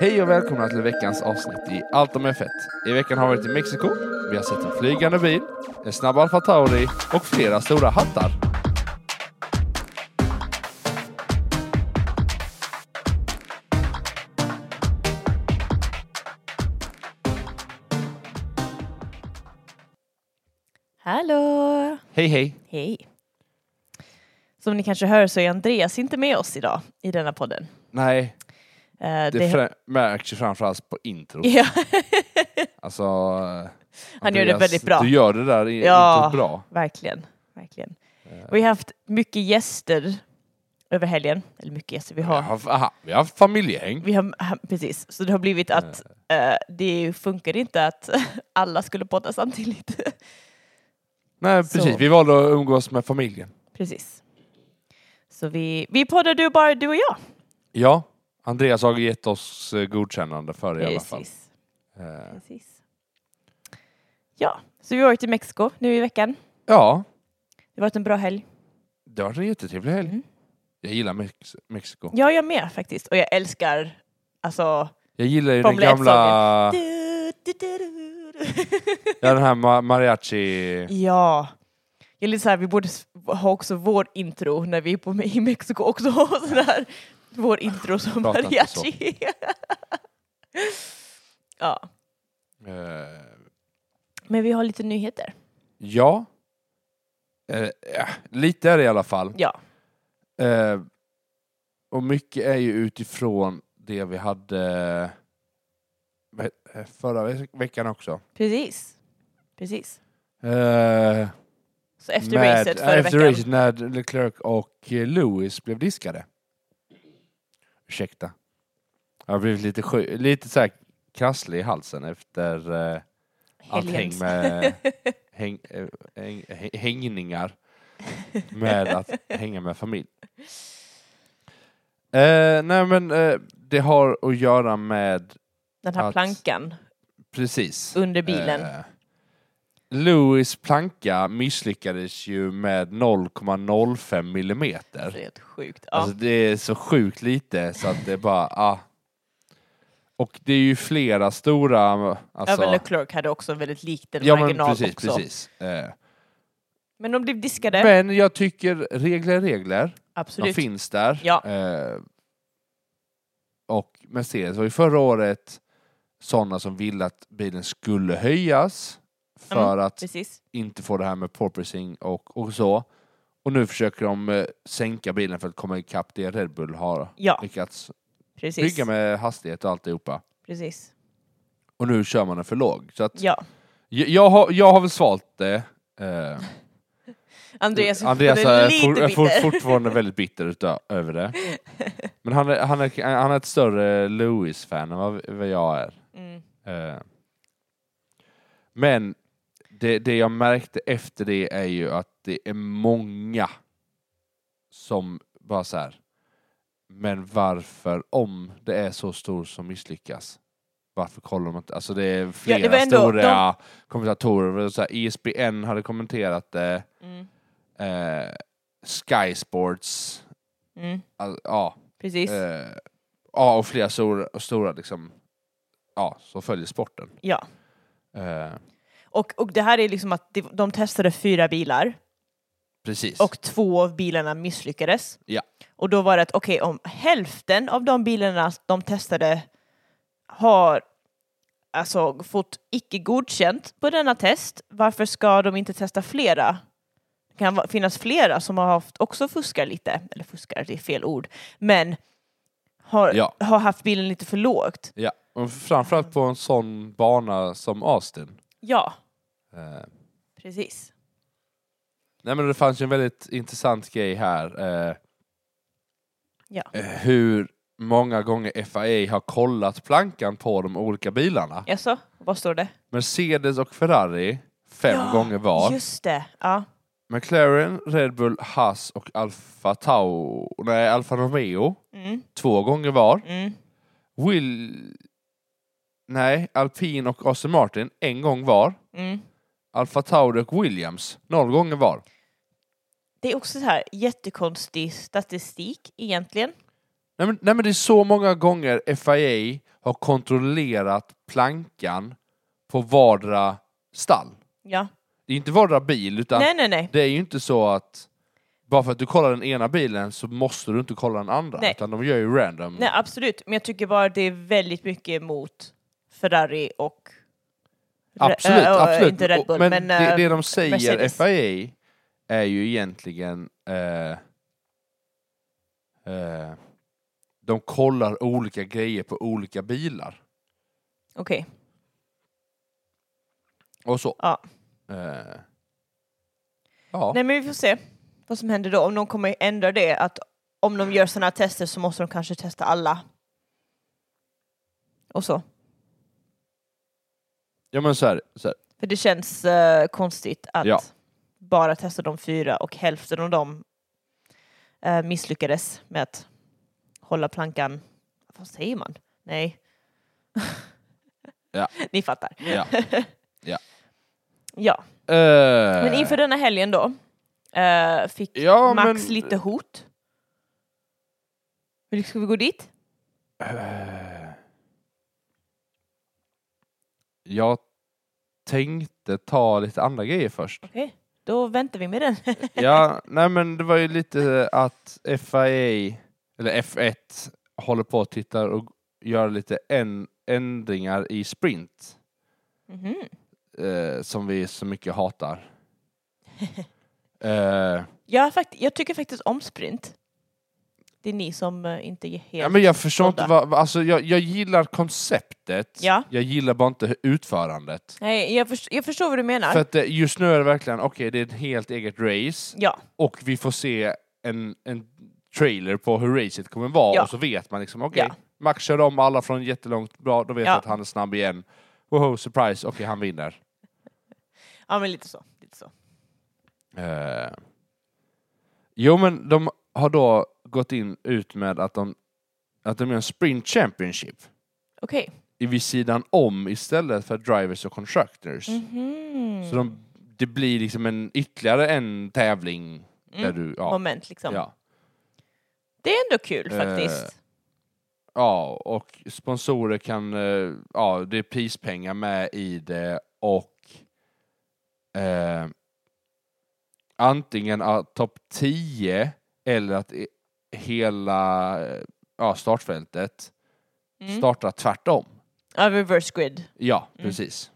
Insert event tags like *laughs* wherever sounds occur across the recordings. Hej och välkomna till veckans avsnitt i Allt om F1. I veckan har vi varit i Mexiko, vi har sett en flygande bil, en snabb Alfa Tauri och flera stora hattar. Hallå! Hej hej! Hej! Som ni kanske hör så är Andreas inte med oss idag i denna podden. Nej, Eh, det, frä- märks ju framförallt på intro. *laughs* ja, Alltså, Han Han gör det väldigt bra. Du gör det där i- Ja. introt bra. verkligen. verkligen. Och vi har haft mycket gäster över helgen. Eller mycket gäster, vi Vi har... har, aha, vi har haft familjehäng. Vi har ha- precis, så det har blivit att eh, det funkar inte att *laughs* alla skulle podda samtidigt. *laughs* Nej, precis. Vi valde att umgås med familjen. precis. Så vi, vi poddar du bara du och jag. Ja, Andreas har gett oss eh, godkännande för det i alla fall. Precis. Eh, precis. Ja, så vi har varit i Mexiko nu i veckan. Ja, Det har varit en bra helg. det har varit en jättetrevlig helg. Mm. Jag gillar Mex- Mexiko. Ja, jag med faktiskt. Och jag älskar alltså... Jag gillar ju den Formel 1-sången. gamla, Du, du, du, du, du. ja, den här ma- mariachi... ja. Jag är lite så här, vi borde s- ha också vår intro när vi är på, i Mexiko också. *laughs* ha sån här, vår intro som Prata inte så. mariachi. ja, eh, men vi har lite nyheter. ja. Eh, ja, lite är det i alla fall. Ja, Eh, och mycket är ju utifrån det vi hade eh, förra ve- veckan också. precis. Precis. Eh, Så efter med- racet förra efter veckan. racet när Leclerc och eh, Lewis blev diskade. Ursäkta. Jag har blivit lite, sjuk, lite så här krasslig i halsen efter eh, allt häng Helgens. med häng, eh, häng, häng, hängningar med att hänga med familj. Eh, nej men eh, det har att göra med *laughs* Den här att- plankan precis under bilen. Eh, Louis planka misslyckades ju med 0,05 millimeter. Det är helt sjukt. Ja. Alltså det är så sjukt lite så att det är bara, ah. Och det är ju flera stora, alltså. Även Leclerc hade också väldigt liten ja men marginal precis, också. precis. Eh, Men de blev diskade. men jag tycker regler är regler. Absolut. De finns där. Ja. Eh, och Mercedes var ju förra året sådana som ville att bilen skulle höjas för Mm, att Precis. inte få det här med porpoising och, och så. Och nu försöker de eh, sänka bilen för att komma ikapp det Red Bull har Ja, lyckats precis. bygga med hastighet och alltihopa. precis. Och nu kör man den för låg. Så att Ja. jag, jag, har, jag har väl svalt det. Eh, Andreas, Andreas är är, lite for, är bitter. for, fortfarande väldigt bitter utö- över det. Men han är, han är, han är ett större Lewis-fan än vad, vad jag är. *laughs* Mm. Eh, Men det, det jag märkte efter det är ju att det är många som bara så här. Men varför, om det är så stor som misslyckas, varför kollar de inte? Alltså det är flera var ändå- stora kommentatorer, så här, E ESPN hade kommenterat det, Mm. eh, Sky Sports, Mm. all, ja, Precis. eh, ja, och flera stora, stora liksom, ja, som följer sporten. Ja. Eh, Och, och det här är liksom att de, de testade fyra bilar precis. och två av bilarna misslyckades. Ja. Och då var det att okej, om hälften av de bilarna de testade har alltså fått icke godkänt på denna test, varför ska de inte testa flera? Det kan va- finnas flera som har haft också fuskar lite, eller fuskar, det är fel ord, men har, Ja. har haft bilen lite för lågt. ja. och framförallt på en sån bana som Austin. Ja, Eh, precis. nej men det fanns ju en väldigt intressant grej här. Eh, Ja. eh, hur många gånger FIA har kollat plankan på de olika bilarna. Jaså, vad står det? Mercedes och Ferrari fem Ja, gånger var. Just det, ja. McLaren, Red Bull, Haas och Alfa Tau... Nej, Alfa Romeo Mm, två gånger var. mm. Will... Nej, Alpin och Aston Martin en gång var. Mm. Alfa Tauri och Williams noll gånger var. det är också så här jättekonstig statistik egentligen. Nej men, nej men det är så många gånger FIA har kontrollerat plankan på vardera stall. Ja. Det är inte vardera bil utan Nej, nej, nej. det är ju inte så att bara för att du kollar den ena bilen så måste du inte kolla den andra. Nej. Utan de gör ju random. Nej, absolut. Men jag tycker bara det är väldigt mycket emot Ferrari och... Absolut, Re- äh, äh, absolut. Inte Red Bull, men men... det, äh, det de säger, Mercedes. FIA, är ju egentligen... Eh, eh, de kollar olika grejer på olika bilar. Okej. Och så. Ja. Eh, ja. Nej, men vi får se vad som händer då. Om de kommer ändra det, att om de gör sådana här tester så måste de kanske testa alla. Och så. ja, men så här, *laughs* så här. För det känns eh, konstigt att Ja. bara testa de fyra och hälften av dem eh, misslyckades med att hålla plankan. Vad säger man? Nej. Ja. *laughs* Ni fattar. Ja. Ja. Ja. Eh, Men inför denna helgen då eh, fick ja, Max men- lite hot. Vill- Ska vi gå dit? Eh, jag tänkte ta lite andra grejer först. Okej, då väntar vi med den. *laughs* Ja, nej men det var ju lite att FIA, eller F1, håller på och tittar och gör lite en, ändringar i sprint, Mhm. eh, som vi så mycket hatar. eh, jag, har fakt- jag tycker faktiskt om sprint. Det är ni som eh, inte är helt... ja, men jag förstår inte Båda. vad, vad- alltså jag, jag gillar konceptet, Ja. jag gillar bara inte utförandet. Nej, jag, förs- jag förstår vad du menar. För att eh, just nu är det verkligen, okej det är ett helt eget race, Ja, och vi får se en, en trailer på hur racet kommer vara Ja. och så vet man liksom, okej, Ja. Max kör om alla från jättelångt, bra, då vet Ja. jag att han är snabb igen. Woho, surprise, okej han vinner. ja men lite så. Lite så. Eh, Jo men de har då gått in ut med att de, att de gör en sprint championship Okej. i- vid sidan om istället för drivers och constructors. Mhm. Så de, det blir liksom en, ytterligare en tävling där Mm. du, ja, Moment liksom. ja. Det är ändå kul Eh, faktiskt. Ja, och sponsorer kan, eh, ja det är prispengar med i det och eh, antingen att topp 10 eller att i- hela eh, ja, startfältet Mm. startar tvärtom. Ja, reverse grid. Ja, Mm. precis.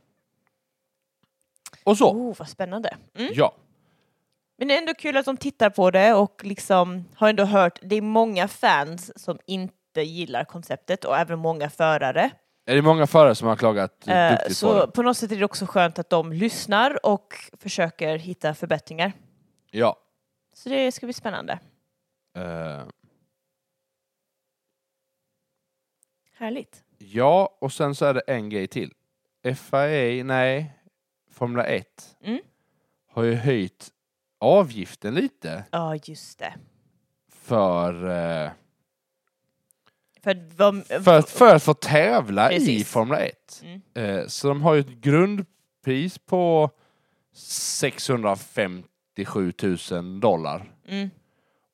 Och så, Oh, vad spännande. Mm. ja. Men det är ändå kul att de tittar på det och liksom har ändå hört, det är många fans som inte gillar konceptet och även många förare. Är det många förare som har klagat eh, Eh, duktigt på så det? på något sätt är det också skönt att de lyssnar och försöker hitta förbättringar. Ja. Så det ska bli spännande. Eh, Härligt. Ja, och sen så är det en grej till. FIA, nej, Formula 1 Mm. har ju höjt avgiften lite Ja, just det. för, eh, Mm, För att vad, för, att, för att få tävla i eh, Precis. Formula 1. Mm. Eh, Så de har ju ett grundpris på 657 000 dollar. Mm.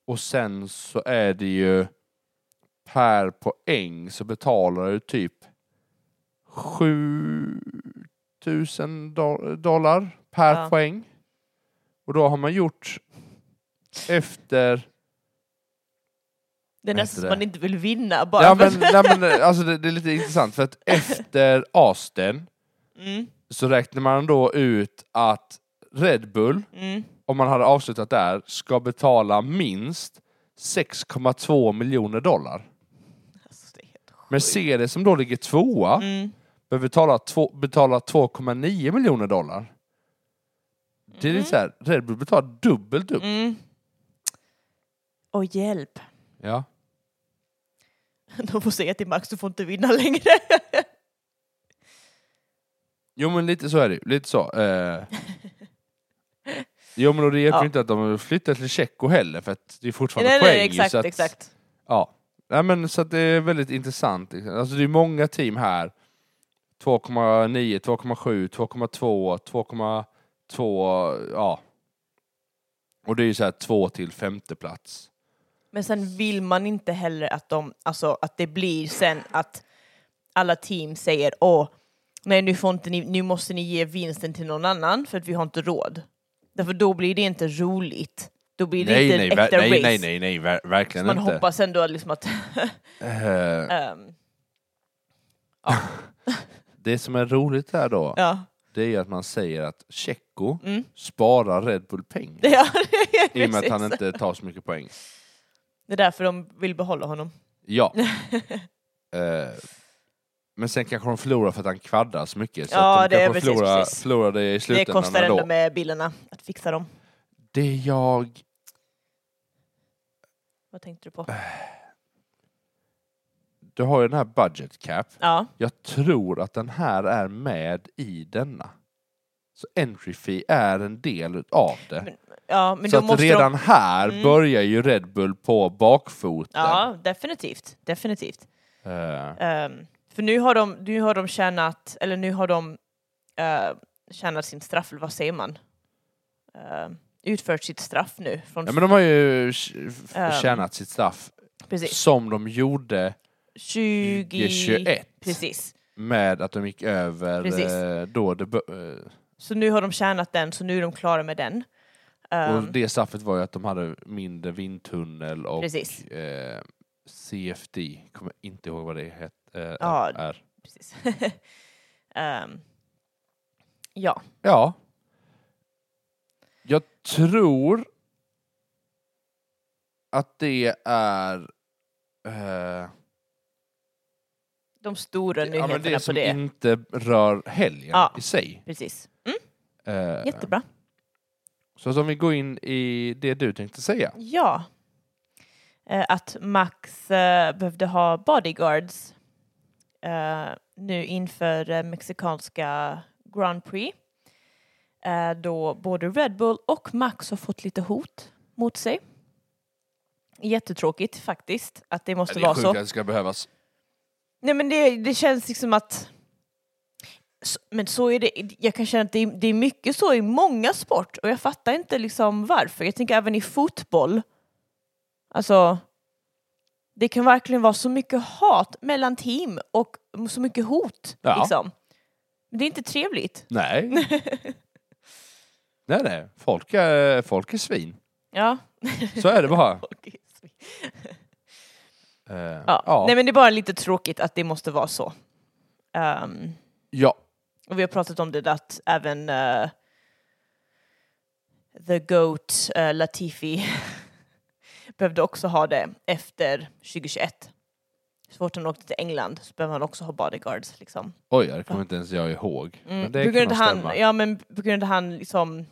Och sen så är det ju per poäng så betalar du typ 7000 do- dollar per Ja. poäng. Och då har man gjort efter... Det är Vad heter nästan som det? man inte vill vinna bara. ja, för att- men, nej, men, alltså, det, det är lite intressant för att efter Austin *laughs* Mm, så räknar man då ut att Red Bull, mm. om man hade avslutat där, ska betala minst 6,2 miljoner dollar. Alltså, det är helt sjukt. Mercedes som då ligger tvåa Mm. behöver betala, två, betala 2,9 miljoner dollar. Det är lite så här, Red Bull betalar dubbelt upp. Mm. Och hjälp. *laughs* Ja. De får säga till Max, du får inte vinna längre. Jo men lite så är det ju. lite så. *laughs* Eh. Jo men och det hjälper Ja. inte att de flyttar till Tjecko heller för att det är fortfarande nej, poäng. nej, ju, exakt, så att, exakt. Ja. Nej, men, så att det är väldigt intressant. Alltså det är många team här. 2,9, 2,7, 2,2, 2,2, ja. Och det är ju så här två till femte plats. Men sen vill man inte heller att, de, alltså, att det blir sen att alla team säger åh, nej nu, får inte ni, nu måste ni ge vinsten till någon annan för att vi har inte råd. Därför då blir det inte roligt. Då blir det Nej inte nej, ett ver- äkta nej, race. nej, nej, nej, ver- verkligen Man inte. hoppas ändå liksom att... Eh, *laughs* ehm, det som är roligt här då, ja. det är ju att man säger att Tjecko Mm. sparar Red Bull pengar. Det, *laughs* ja, I och med att han precis. inte tar så mycket poäng. det är därför de vill behålla honom. *laughs* Ja. Eh, men sen kanske de förlorar för att han kvaddar så mycket. Så Ja, att de det är kanske precis, förlorar, precis. förlorar det i Det slutändan kostar ändå. ändå med bilarna att fixa dem. Det jag... Vad tänkte du på? Äh. Du har ju den här budget cap. Ja, Jag tror att den här är med i denna. Så entry fee är en del av det. Men- ja men så då att måste redan de... här Mm. börjar ju Red Bull på bakfoten. Ja, definitivt. Definitivt. Eh, Ehm, för nu har, de, nu har de tjänat, eller nu har de eh, tjänat sin straff, eller vad säger man? Ehm, utfört sitt straff nu. Från, ja, men de har ju f- Ehm. tjänat sitt straff precis. som de gjorde 2021. 2021 Precis. med att de gick över Precis. eh, då det bö- eh, Så nu har de tjänat den, så nu är de klara med den. Ehm, Och det straffet var ju att de hade mindre vindtunnel och Precis. eh, CFD, kommer inte ihåg vad det het, eh, Ja. är. precis. *laughs* Ehm, ja, Ja. Jag tror att det är eh, de stora ja, nyheterna men det på som det. inte rör helgen Ja. i sig. Precis. Mm, Eh, Jättebra. så som vi går in i det du tänkte säga. Ja. Eh, att Max eh, behövde ha bodyguards eh, nu inför eh, mexikanska Grand Prix. Eh, då både Red Bull och Max har fått lite hot mot sig. Jättetråkigt faktiskt att det måste Det vara är sjukt så. att det ska behövas. Nej men det, det känns liksom att S- men så är det, jag kan känna att det är, det är mycket så i många sport och jag fattar inte liksom varför. Jag tänker även i fotboll. Alltså, det kan verkligen vara så mycket hat mellan team och så mycket hot. Ja. Liksom. Det är inte trevligt. *laughs* Nej. nej, nej. Folk är, folk är svin. Ja. Så är det *laughs* bara. Folk är svin. Eh, ja. ja. Nej men det är bara lite tråkigt att det måste vara så. Ehm, ja. Och vi har pratat om det där att även eh, The Goat eh, Latifi *laughs* behövde också ha det efter 2021. Så fort han åkte till England så behöver han också ha bodyguards. Liksom. Oj, det kommer inte ens jag ihåg. Men det på kan grund nog av stämma. han, ja, men på grund av han liksom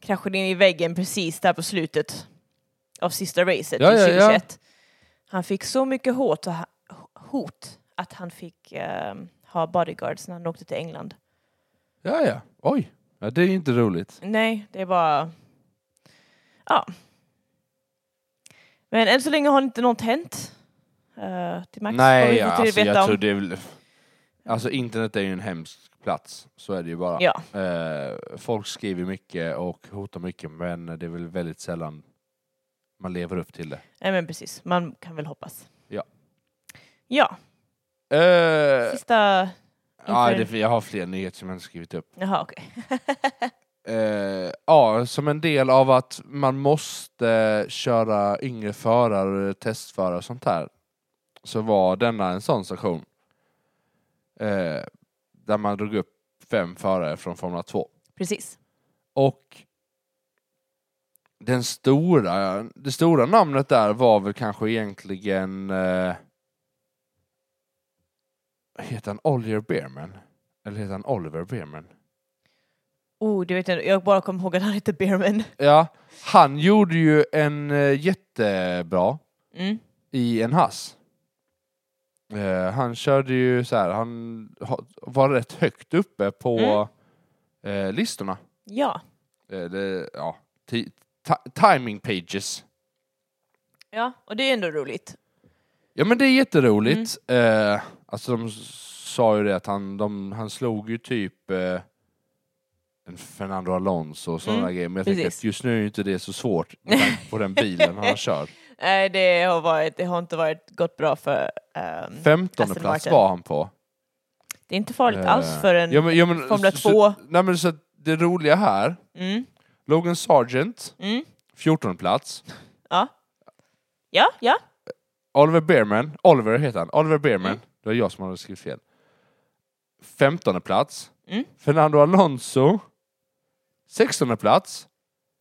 kraschade in i väggen precis där på slutet av sista racet Ja, i ja, ja. 2021. Han fick så mycket hot, och ha- hot att han fick eh, ha bodyguards när han åkte till England. ja, ja. Oj. Ja, det är ju inte roligt. Nej, det är bara... Ja. Men än så länge har inte något hänt. eh, till Max. Har vi Nej, fått alltså, veta jag om. tror det är väl... Alltså internet är ju en hemsk plats, så är det ju bara. Ja, Eh, folk skriver mycket och hotar mycket, men det är väl väldigt sällan man lever upp till det. nej, men precis. Man kan väl hoppas. Ja. Ja, Eh, sista... ja, det, jag har fler nyheter som jag inte skrivit upp. Jaha, okej. *laughs* Eh, ja, som en del av att man måste köra yngre förare, testförare och sånt här, så var denna en sån session. Eh, där man drog upp fem förare från Formel 2. Precis. Och den stora, det stora namnet där var väl kanske egentligen... Eh, heter han Oliver Beerman? Eller heter han Oliver Beerman? Oh, du vet, jag jag bara kom ihåg att han hette Beerman. Ja, han gjorde ju en eh, jättebra Mm. i en hass. Eh, han körde ju så här, han ha- var rätt högt uppe på Mm. eh, listorna. Ja. Eh, det, ja, ti- ti- timing pages. ja, och det är ändå roligt. Ja men det är jätteroligt. Mm. Eh, alltså de s- sa ju det att han, de, han slog ju typ eh, en Fernando Alonso och sådana Mm, grejer. Men jag tänker precis. att just nu är ju inte det så svårt med tanke på den bilen *laughs* han kör. Nej, det har, varit, det har inte varit gått bra för... ehm, Femtonde Aston plats Martin. var han på. det är inte farligt Eh, alls för en... ja, men, ja, men, Formel så- Så, 2. nej, men så att det roliga här, Mm, Logan Sargent, mm, 14 plats. ja. Ja, ja. Oliver Bearman, Oliver heter han, Oliver Bearman, Mm. det var jag som hade skrivit fel. 15 plats. Mm. Fernando Alonso, 16 plats.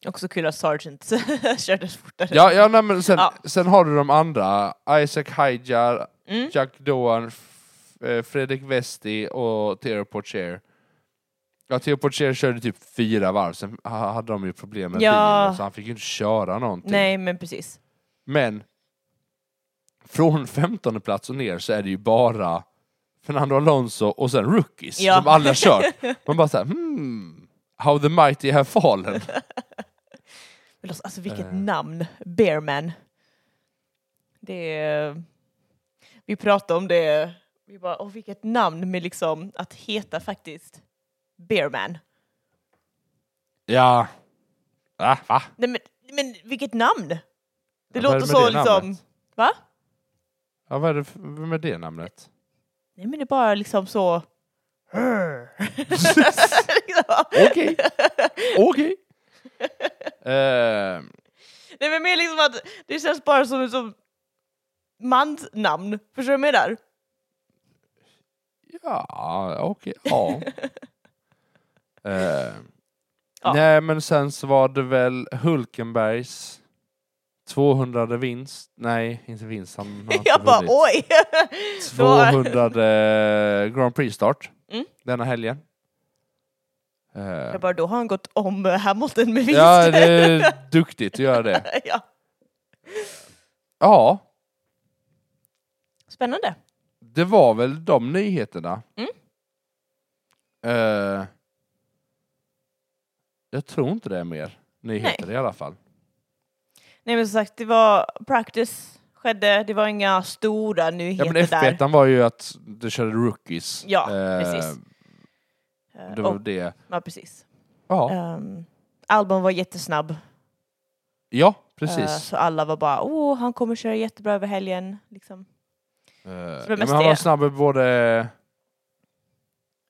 Också kul att Sargent *laughs* körde fortare. Ja, ja nej, men sen, Typ. Ja. sen har du de andra, Isaac Hajar, Mm. Jack Doan, F- eh, Fredrik Westi och Theo Porcher. Ja, Theo Porcher körde typ fyra varv, sen ha- hade de ju problem med Ja. bilen så han fick ju inte köra någonting. Nej, men precis. Men från 15 plats och ner så är det ju bara Fernando Alonso och sen rookies Ja. som alla *laughs* kört. Man bara såhär, hmm, how the mighty have *laughs* fallen. Men alltså, Alltså vilket Eh. namn! Bearman. Det är... Vi pratade om det, vi bara, åh vilket namn med liksom att heta faktiskt Bearman. Ja. Ah, va? Nej men, men vilket namn! Det Ja, vad är låter det med så det liksom... namnet? Va? Ja, vad är det för- med det namnet? Nej men det är bara liksom så... Liksom. *laughs* Okej. Okej. Eh, *laughs* Nej men mer liksom att det känns bara som, som mansnamn. Förstår du vad jag menar? ja, okej. *laughs* Ja. Eh, Ja. Nej, men sen så var det väl Hulkenbergs 200 vinst. Nej, inte vinst. Han har inte *laughs* Jag bara vunnit. oj! *laughs* Det var- 200 Grand Prix-start Mm. denna helgen. Eh, Jag bara, då har han gått om Hamilton med vinst. ja, det är duktigt att göra det. *laughs* ja. Ja, Spännande. det var väl de nyheterna. Mm. Eh, jag tror inte det är mer nyheter i alla fall. Nej men som sagt, det var practice skedde, det var inga stora Ja, men nyheter där. F1 var ju att du körde rookies. Ja, Eh, precis. Eh, Det var och, det. ja, precis. Ja, Ehm, Albon var jättesnabb. ja Eh, precis. så alla var bara, åh, han kommer köra jättebra över helgen. Liksom. Eh, ja, det men mesta han är- var snabb i både...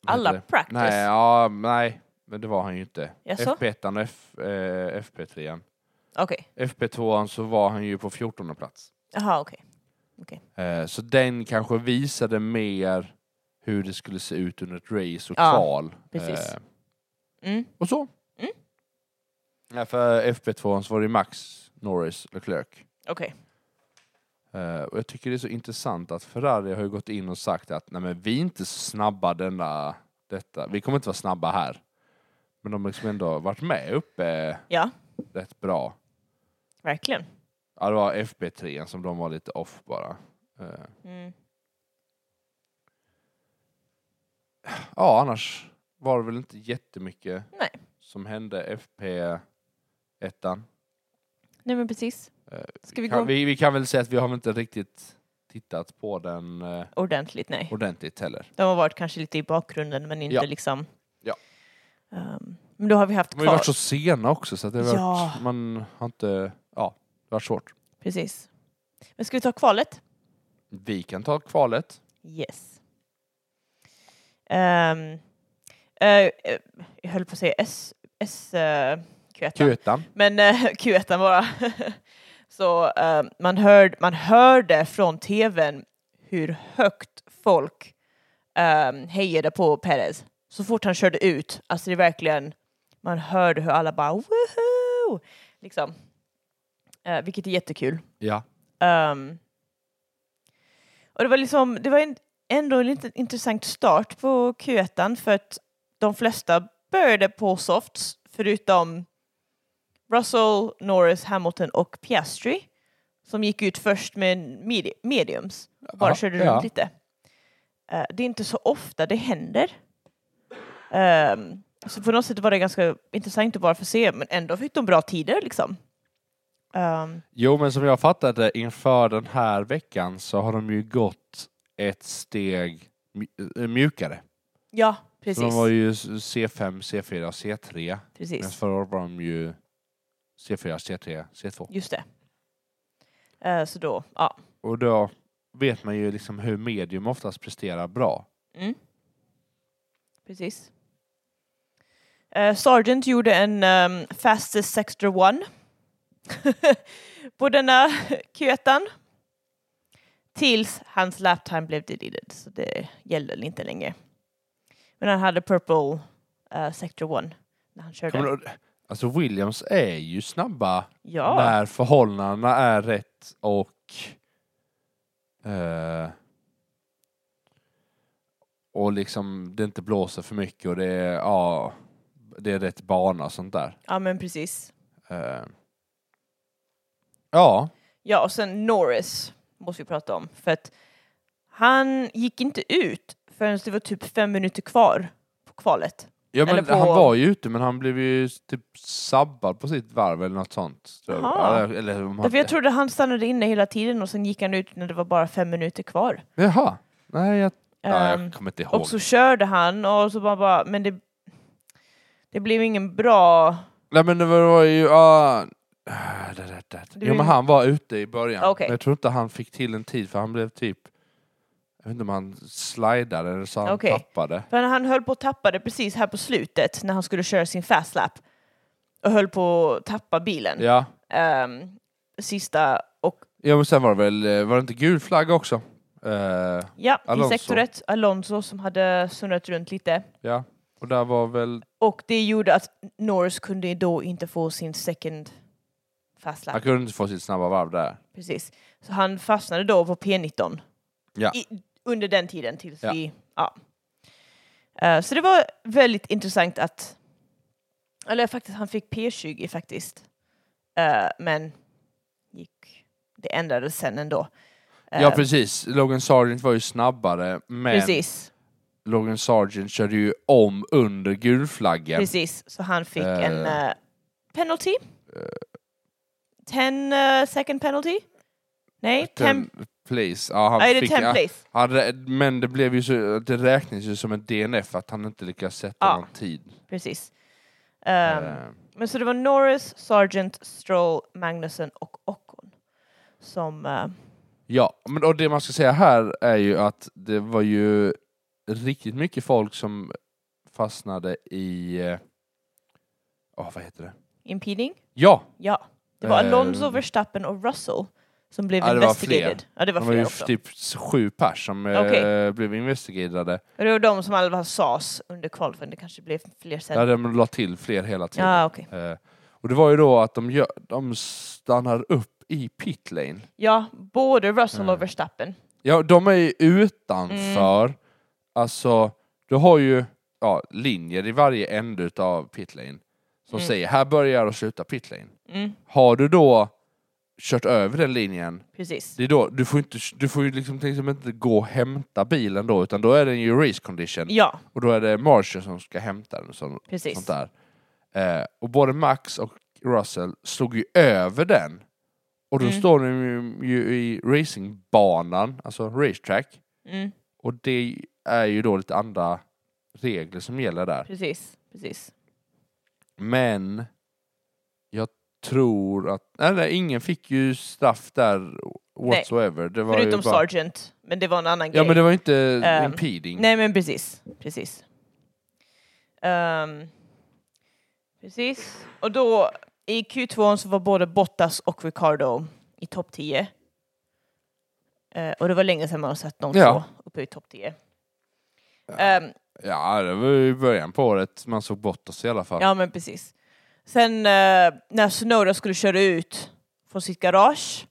vad heter Alla det? practice. Nej, ja, nej, men det var han ju inte. Jaså? FP1 och F, eh, FP3. Okej, FP2 så var han ju på 14 plats. jaha okej. Eh, så den kanske visade mer hur det skulle se ut under ett race och Ja, kval. precis. Eh, Mm. och så. Mm. Ja, för FP2 så var det ju Max, Norris, Leclerc. Okej, Eh, och jag tycker det är så intressant att Ferrari har ju gått in och sagt att nej men vi är inte så snabba denna, detta, vi kommer inte vara snabba här. Men de har liksom ändå varit med uppe ja, rätt bra. verkligen. Ja, det var FB3 som de var lite off bara. Eh, Mm. ja, annars var det väl inte jättemycket Nej. som hände FP1. Nej men precis. Eh, Ska vi gå Kan, vi, vi kan väl säga att vi har väl inte riktigt tittat på den eh, ordentligt? Nej. ordentligt heller. De har varit kanske lite i bakgrunden men inte Ja. liksom... Ja. Ehm, men då har vi haft De har ju kvar... varit så sena också så att det har Ja. varit, man har inte, ja, det har varit svårt. Precis. Men ska vi ta kvalet? Vi kan ta kvalet. Yes. Ehm, eh, eh, jag höll på att säga S... S eh, Q1. Q1. Men eh, *laughs* Q1 bara. Så eh, man, hörde, man hörde från tvn hur högt folk um, hejade på Perez. Så fort han körde ut, alltså det är verkligen, man hörde hur alla bara woho! Liksom. Eh, vilket är jättekul. Ja. Ehm, och det var liksom, det var en, ändå en liten intressant start på Q1 för att de flesta började på softs förutom Russell, Norris, Hamilton och Piastri som gick ut först med medi- mediums och bara Ja, körde ja. runt lite. Eh, det är inte så ofta det händer. Ehm, så på något sätt var det ganska intressant att bara få se men ändå fick de bra tider liksom. Ehm, Jo, men som jag fattade inför den här veckan så har de ju gått ett steg mj- eh, mjukare. Ja, Så precis. de var ju C5, C4, C3. Medan precis. förra året var de ju C4, C3, C2. Just det. Eh, så då, ja. Och då vet man ju liksom hur medium oftast presterar bra. Mm. Precis. Eh, Sargent gjorde en um, Fastest Sector 1 *laughs* på denna Q1. Tills hans laptime blev deleted, så det gäller inte längre. Men han hade Purple eh, Sector 1 när han körde. Kan man, alltså Williams är ju snabba ja. när förhållandena är rätt och eh, och liksom det inte blåser för mycket och det är, ja, det är rätt bana och sånt där. ja, men precis. Eh, ja, Ja, och sen Norris måste vi prata om. För att han gick inte ut förrän det var typ fem minuter kvar på kvalet. ja men Eller på- han var ju ute men han blev ju typ sabbad på sitt varv eller något sånt. tror jag. Jaha. Eller, eller om han... Därför jag trodde han stannade inne hela tiden och sen gick han ut när det var bara fem minuter kvar. Jaha. Nej, jag, ja, Ehm, jag kommer inte ihåg. och så körde han och så bara, bara men det, det blev ingen bra... Nej men det var, det var ju... ja, ah, det, det, det. Du Jo men vill- han var ute i början. Okej. Men jag tror inte han fick till en tid för han blev typ... Jag vet inte om han slidade eller så han Okej. tappade. För han höll på att tappa det precis här på slutet när han skulle köra sin fast lap och höll på att tappa bilen. Ja. Ehm, sista och ja men sen var det väl, eh, var det inte gul flagga också? Eh, ja, Alonso. i sektor ett, Alonso som hade snurrat runt lite. ja. Och där var väl... Och det gjorde att Norris kunde då inte få sin second fast lap. Han kunde inte få sitt snabba varv där. Precis. Så han fastnade då på P19. Ja. I, under den tiden tills Ja. vi... Ja. Eh, så det var väldigt intressant att... Eller faktiskt, han fick P20 faktiskt. Eh, men gick, det ändrades sen ändå. Eh, Ja precis, Logan Sargent var ju snabbare men precis. Logan Sargent körde ju om under gulflaggen. Precis. Så han fick Eh. en eh, penalty. ten eh, second penalty? Nej, ten... eh, Please. Ja, han Ja, är det fick, ten ja, place? Ja, det- men det blev ju så, det räknas ju som en DNF att han inte lyckas sätta Ja. någon tid. Precis. Ehm, Eh, Men så det var Norris, Sargent, Stroll, Magnussen och Ocon som... eh, ja, men och det man ska säga här är ju att det var ju riktigt mycket folk som fastnade i... eh, Ja, vad heter det? impeding? Ja, Ja. Det var Eh, Alonso, Verstappen och Russell som blev ja, det var investigated. Ja, det var de var ju fler också. typ sju pers som eh, Okej. blev investigerade. Och det var de som alla sas under kvalfen. Det kanske blev fler sen. Där de la till fler hela tiden. Ja, okej. Eh, och det var ju då att de, gör, de stannar upp i pit lane. Ja, både Russell Mm. och Verstappen. Ja, de är ju utanför. Mm. Alltså, du har ju ja, linjer i varje ände utav pitlane som Mm. säger här börjar och slutar pitlane. Mm, Har du då kört över den linjen, precis. det är då, du får inte, du får ju liksom, liksom inte gå och hämta bilen då, utan då är den ju race condition Ja, och då är det Marshall som ska hämta den och sånt, sånt precis. där. Eh, och både Max och Russell slog ju över den och då Mm. står de ju, ju i racingbanan, alltså racetrack, Mm, och det är ju då lite andra regler som gäller där. precis. Precis. Men jag tror att... Nej, nej ingen fick ju straff där whatsoever. Det var Förutom ju bara, Sargent, men det var en annan Ja, grej. men det var inte Ehm, impeding. Nej men precis, precis. Ehm, precis. Och då i Q2 så var både Bottas och Ricardo i topp 10. Eh, och det var länge sedan man har sett de Ja. två uppe i topp 10. Ja. Ehm, Ja, det var ju i början på året man såg bort oss i alla fall. ja men precis. Sen eh, när Sonoda skulle köra ut från sitt garage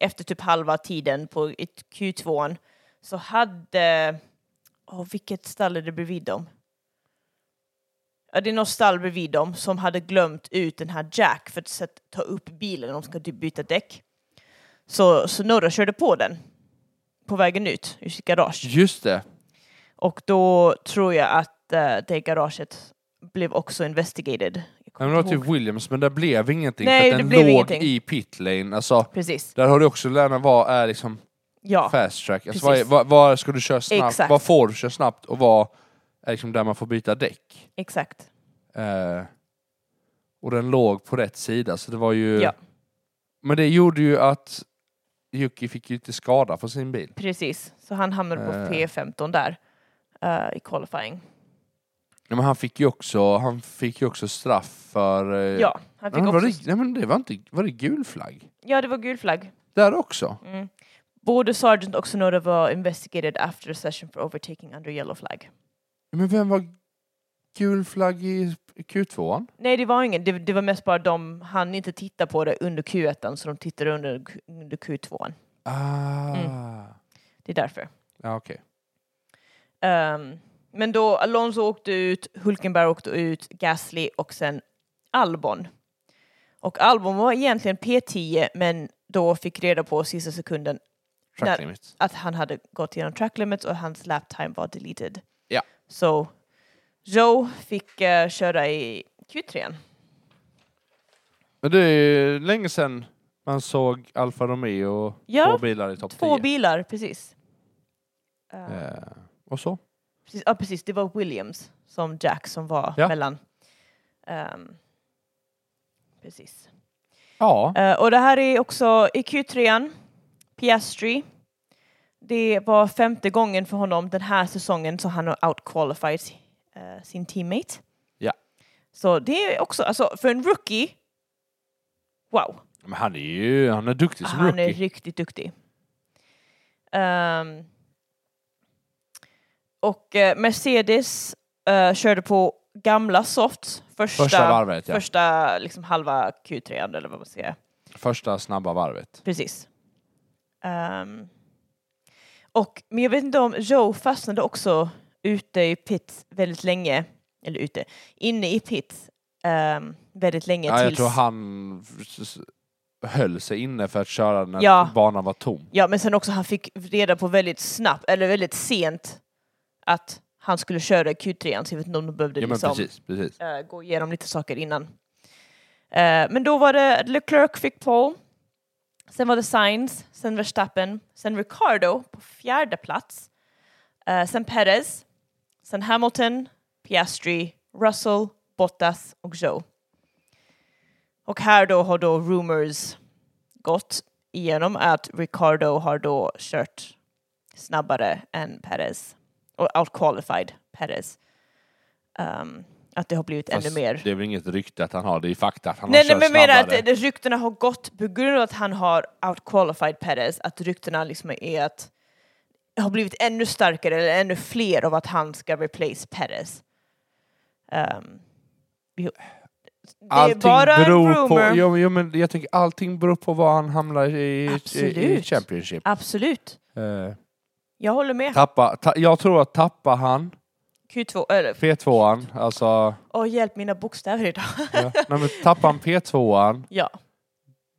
efter typ halva tiden på i Q2 så hade... Åh, vilket stall är det bredvid dem? Ja, det är något stall bredvid dem som hade glömt ut den här Jack för att sätt- ta upp bilen de ska typ byta däck. Så, så några körde på den på vägen ut ur sitt garage. Just det. Och då tror jag att eh, det garaget blev också investigated. Jag Men kommer det var inte ihåg. typ Williams, men där blev ingenting. Nej, för att det den blev låg ingenting. i pit lane. Alltså, Precis, där har du också lärt dig vad är liksom ja. fast track. Alltså, vad, är- Precis. vad, vad ska du köra snabbt? Exakt. Vad får du köra snabbt och vad är liksom där man får byta däck. Exakt. Eh, och den låg på rätt sida så det var ju... Ja. Men det gjorde ju att Yuki fick ju lite skada på sin bil. Precis. Så han hamnade på Eh. P15 där eh, i qualifying. Ja, men han fick ju också, han fick ju också straff för... eh, Ja, nej, han fick men också... var det, nej men det var inte, var det gul flagg? Ja, det var gul flagg. Där också? Mm. Både Sergeant och Sonoda var investigated after a session for overtaking under yellow flag. Men vem var gul flagg i Q2? Nej, det var ingen. Det, det var mest bara de han inte titta på det under Q1, så de tittade under, Q- under Q2. Ah. Mm. Det är därför. Ja, okej. Ehm, men då Alonso åkte ut, Hulkenberg åkte ut, Gasly och sen Albon. Och Albon var egentligen P10 men då fick reda på sista sekunden Track Där. limit. att han hade gått igenom track limits och hans lap time var deleted. Ja. Så Joe fick eh, köra i Q3. Men det är ju länge sedan man såg Alfa Romeo och Ja, två bilar i topp Två 10. bilar, precis. Ehm, Eh, och så. Precis, ja, precis. Det var Williams som Jack som var Ja. mellan. Ehm, precis. Ja, Eh, och det här är också i Q3, Piastri. Det var femte gången för honom den här säsongen så han har outqualified eh, sin teammate. Ja. Så det är också, alltså för en rookie, wow. men han är ju han är duktig som han rookie. är riktigt duktig. Ehm, och eh, Mercedes eh, körde på gamla softs första, Första varvet, ja. första liksom, halva Q3 eller vad man säger. Första snabba varvet. Precis. Ehm, och, men jag vet inte om Joe fastnade också ute i pit väldigt länge, eller ute, inne i pit ehm, väldigt länge. Ja, jag tills- tror han s- s- höll sig inne för att köra när Ja. banan var tom. Ja, men sen också han fick reda på väldigt snabbt, eller väldigt sent, att han skulle köra i Q3, så jag vet inte om de behövde Ja, men liksom, precis, precis. eh, gå igenom lite saker innan. Eh, men då var det Leclerc fick pole, sen var det Sainz, sen Verstappen, sen Ricardo på fjärde plats, eh, sen Perez, sen Hamilton, Piastri, Russell, Bottas och Joe. Och här då har då rumors gått igenom att Ricardo har då kört snabbare än Perez och outqualified Perez. Ehm, att det har blivit ännu Fast mer. Det är väl inget rykte att han har, det är fakta att han Nej, nej har men jag kört menar att snabbare. det- ryktena har gått på grund av att han har outqualified Perez, att ryktena liksom är att har blivit ännu starkare eller ännu fler av att han ska replace Perez. Ehm, vi- det Allting är bara en beror rumor. på, jo, jo, men jag tycker allting beror på var han hamnar i, i, i Absolut. Championship. Absolut. Eh, Jag håller med. tappa, ta, jag tror att tappar han Q2, eller P2an, alltså... åh hjälp mina bokstäver idag. *laughs* Ja. Nej, men tappar han P2an, ja.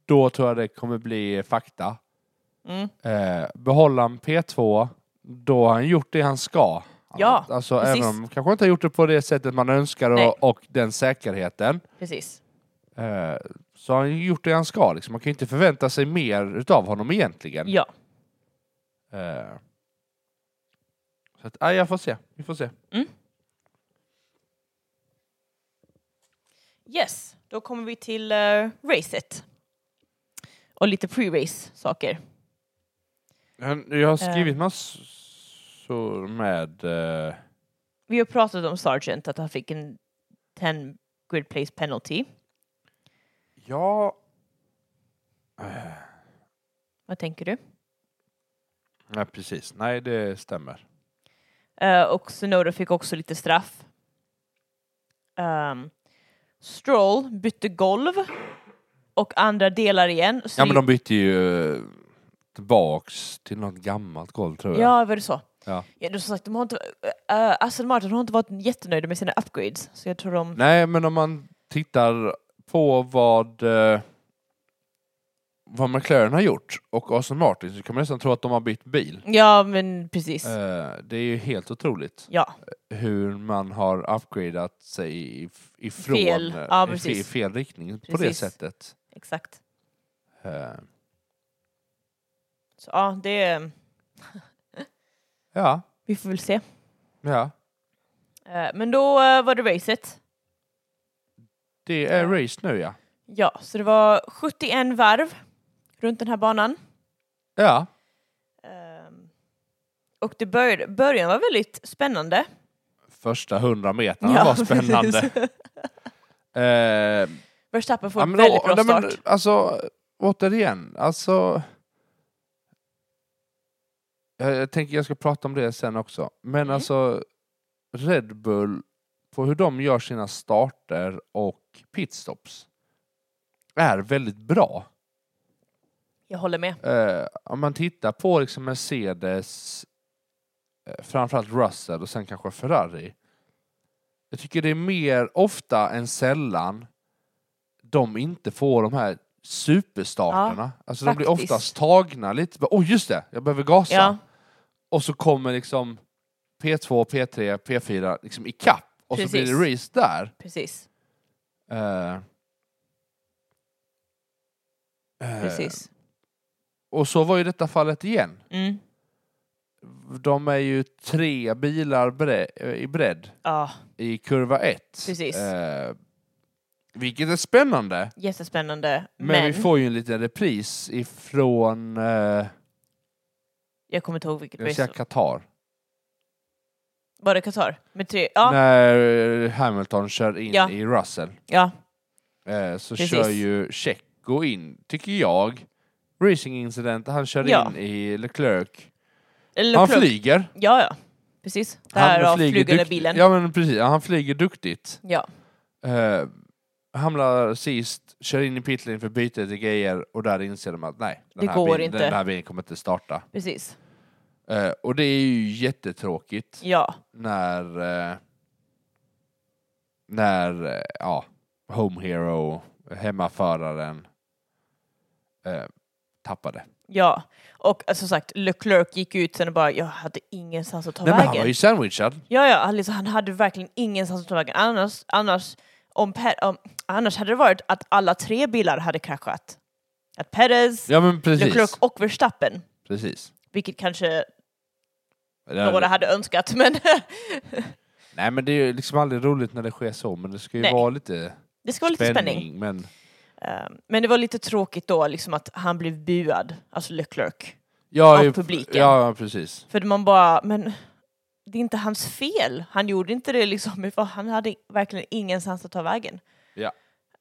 då tror jag det kommer bli fakta. Mm. Eh, behåller han P2, då har han gjort det han ska. Ja, alltså, precis. även om kanske inte har gjort det på det sättet man önskar Nej. och, och den säkerheten. Precis. Eh, så har han gjort det han ska. Liksom. Man kan ju inte förvänta sig mer utav honom egentligen. Ja. Eh, så att, ah, jag får se. Vi får se. Yes, då kommer vi till eh, racet. Och lite pre-race saker. Men Jag Eh. har skrivit massor med... Eh, Vi har pratat om Sargent, att han fick en 10 grid place penalty. ja, Vad tänker du? nej, precis. Nej, det stämmer. Eh, och Sonoda fick också lite straff. Ehm, Stroll bytte golv och andra delar igen. Så Ja, men det- de bytte ju eh, tillbaks till något gammalt golv, tror jag. ja, var det så? Ja. Ja, de, som sagt, de har inte, uh, Aston Martin har inte varit jättenöjda med sina upgrades. Så jag tror de... Nej, men om man tittar på vad eh, vad McLaren har gjort och Aston Martin så kan man nästan tro att de har bytt bil. Ja, men precis. Eh, det är ju helt otroligt Ja, hur man har upgradat sig if- ifrån Fel. eh, Ja, i fe- precis. i fel riktning på det Precis. sättet. exakt. Eh, Så ja, det... ja, Vi får väl se. ja. Eh, Men då eh, var det racet. Det är race nu ja. Ja, så det var 71 varv runt den här banan. Ja. Ehm, Och det började, början var väldigt spännande. Första hundra meterna Ja, var spännande. *laughs* precis. eh, Verstappen får ja, en men väldigt å- bra nej, men, start. alltså, återigen, alltså... Jag, jag tänker jag ska prata om det sen också. Men Mm. alltså, Red Bull, på hur de gör sina starter och pitstops, är väldigt bra. Jag håller med. Eh, om man tittar på liksom Mercedes, eh, framförallt Russell och sen kanske Ferrari. Jag tycker det är mer ofta än sällan de inte får de här superstarterna. alltså de blir faktiskt. oftast tagna lite. Bara, Åh oh, just det, jag behöver gasa. Ja, Och så kommer liksom P2, P3, P4 liksom ikapp. Och så blir Precis. det race där. precis. Eh, eh, precis. Och så var ju detta fallet igen. Mm. de är ju tre bilar bre- i bredd Ja, i kurva ett. Precis. Eh, vilket är spännande. jättespännande. Men, Men, vi får ju en liten repris ifrån eh, jag kommer inte ihåg vilket jag race säga det var. Qatar. Var det Qatar? Med tre? Ja, När Hamilton kör in Ja. i Russell ja, eh, så Precis. kör ju Checo in, tycker jag. Racing incident, han kör Ja. in i Leclerc. Eller han plugg. flyger. Ja, ja. Precis. Därav flugande dukt- bilen. Ja. Ja men precis, han flyger duktigt. ja. Eh, hamnar sist, kör in i pitlane för byte till grejer och där inser de att nej, den, Det här, går bilen, inte. den här bilen kommer inte starta. precis. Eh, och det är ju jättetråkigt Ja, när, eh, när eh, ja, Home Hero, hemmaföraren, eh, tappade. ja. Och alltså, som sagt, Leclerc gick ut sen och bara, jag hade ingenstans att ta Nej, men han vägen. var ju sandwichad. Ja, ja, alltså, han hade verkligen ingenstans att ta vägen. Annars, annars, om per, om, annars hade det varit att alla tre bilar hade kraschat. Att Perez, Ja men precis. Leclerc och Verstappen, precis. vilket kanske Det- några hade önskat, men *laughs* Nej men det är ju liksom aldrig roligt när det sker så, men det ska ju Nej. vara lite det ska vara lite spänning. spänning. Men Ehm, men det var lite tråkigt då, liksom att han blev buad, alltså Leclerc. ja, Av ju- publiken. Ja, precis. För man bara, men det är inte hans fel. Han gjorde inte det liksom, *laughs* för han hade verkligen ingenstans att ta vägen. Ja.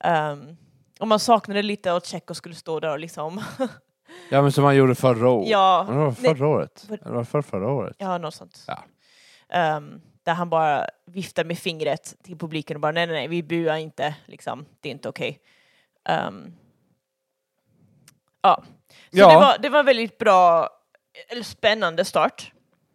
Ehm, och man saknade lite att Tjecko skulle stå där och liksom, *laughs* Ja men som han gjorde förra året. Men ja, Det var Nej. förra året. Var- Det var för förra året. ja, något sånt. Mm. Ja. Ehm, där han bara viftar med fingret till publiken och bara nej, nej, nej, vi buar inte, liksom. det är inte okej. Ehm, ja, så Ja. Det, var, det var en väldigt bra, eller spännande start.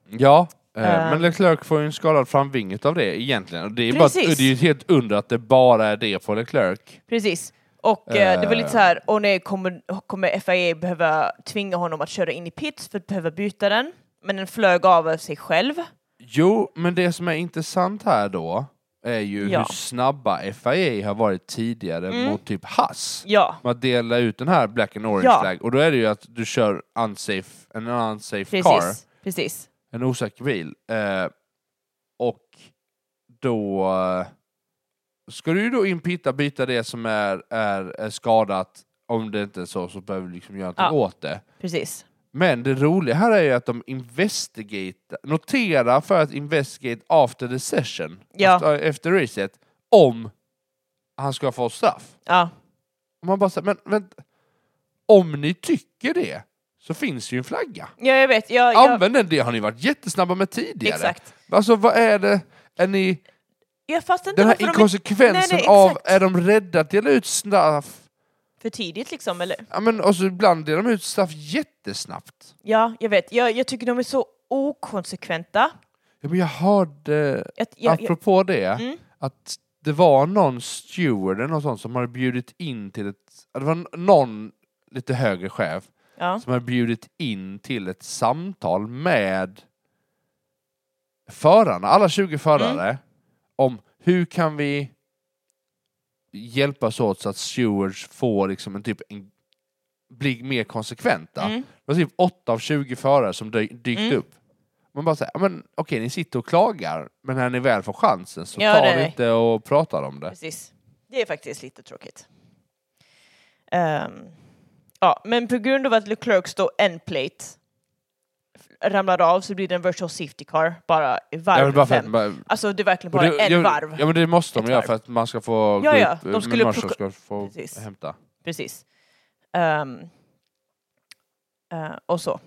Ja. eh, Eh. Men Leclerc får ju en skadad framving av det egentligen. Och Det är, bara, det Precis. är ju ett helt under att det bara är det på Leclerc. Precis. Och eh, det var lite Eh. så här, åh nej, kommer, kommer FIA behöva tvinga honom att köra in i pits för att behöva byta den? Men den flög av sig själv. Jo, men det som är intressant här då är ju Ja. hur snabba FIA har varit tidigare Mm. mot typ Haas. Ja, Med att dela ut den här black and orange Ja. flag. Och då är det ju att du kör unsafe, en unsafe precis. car. Precis. en osäker bil. Eh, och då eh, ska du ju då inpitta, byta det som är, är, är skadat. Om det inte är så, så behöver du liksom göra någonting Ja. åt det. Precis. Men det roliga här är ju att de investigate, notera för att investigate after the session, Ja. efter, efter racet, om han ska få straff. Ja, Och man bara säger, men vänta, om ni tycker det så finns ju en flagga. ja jag vet. Jag, jag, Använd den, det har ni varit jättesnabba med tidigare. exakt. Alltså vad är det? Är ni, Jag fattar inte den här varför de är inkonsekvensen nej, nej, av, exakt. är de rädda att dela ut straff? för tidigt liksom, eller? Ja men och så ibland delar de ut straff jättesnabbt. Ja, jag vet. Jag, jag tycker de är så okonsekventa. Ja, men jag hörde, Jag, jag, jag, apropå det, Mm. att det var någon steward eller något sånt som hade bjudit in till ett, ja, det var n- någon lite högre chef ja, som hade bjudit in till ett samtal med förarna, alla 20 förare, Mm. om hur kan vi hjälpas åt så att stewards får liksom en typ en, blir mer konsekventa. Mm. Det var typ 8 av 20 förare som dy, dykt Mm. upp. Man bara säger, men okej, ni sitter och klagar, men när ni väl får chansen så Ja, det tar är ni det. inte och pratar om det. Precis. Det är faktiskt lite tråkigt. Ehm, ja, men på grund av att LeClerc då en plate f- ramlade av så blir det en virtual safety car bara i varv Ja, men bara för att- fem. bara- Alltså det är verkligen och bara det- en ja, varv. Ja, men det måste Ett de göra varv. för att man ska få Ja, gå ja, upp, de men skulle man plocka- ska få Precis. hämta. Precis. Ehm, eh, och så.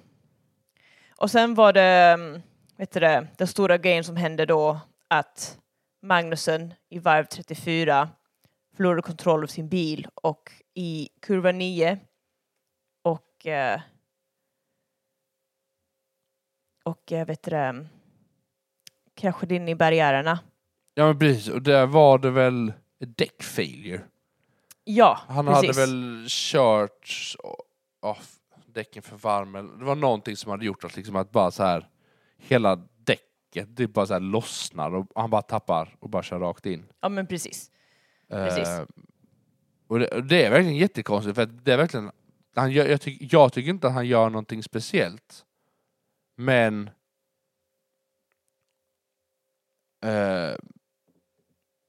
Och sen var det, mm, vet du det, den stora grejen som hände då att Magnussen i varv 34 förlorade kontroll över sin bil och i kurva 9 och eh, och eh, vet du det, kraschade in i barriärerna. Ja, men precis. Och där var det väl däck failure. Ja, Han precis. hade väl kört oh, däcken för varm. eller- Det var någonting som hade gjort att, liksom, att bara så här, hela däcket det bara så här lossnar och han bara tappar och bara kör rakt in. Ja, men precis. Eh, Precis. och, det, och det är verkligen jättekonstigt för att det är verkligen, han gör, jag, tyck, jag tycker inte att han gör någonting speciellt. Men eh,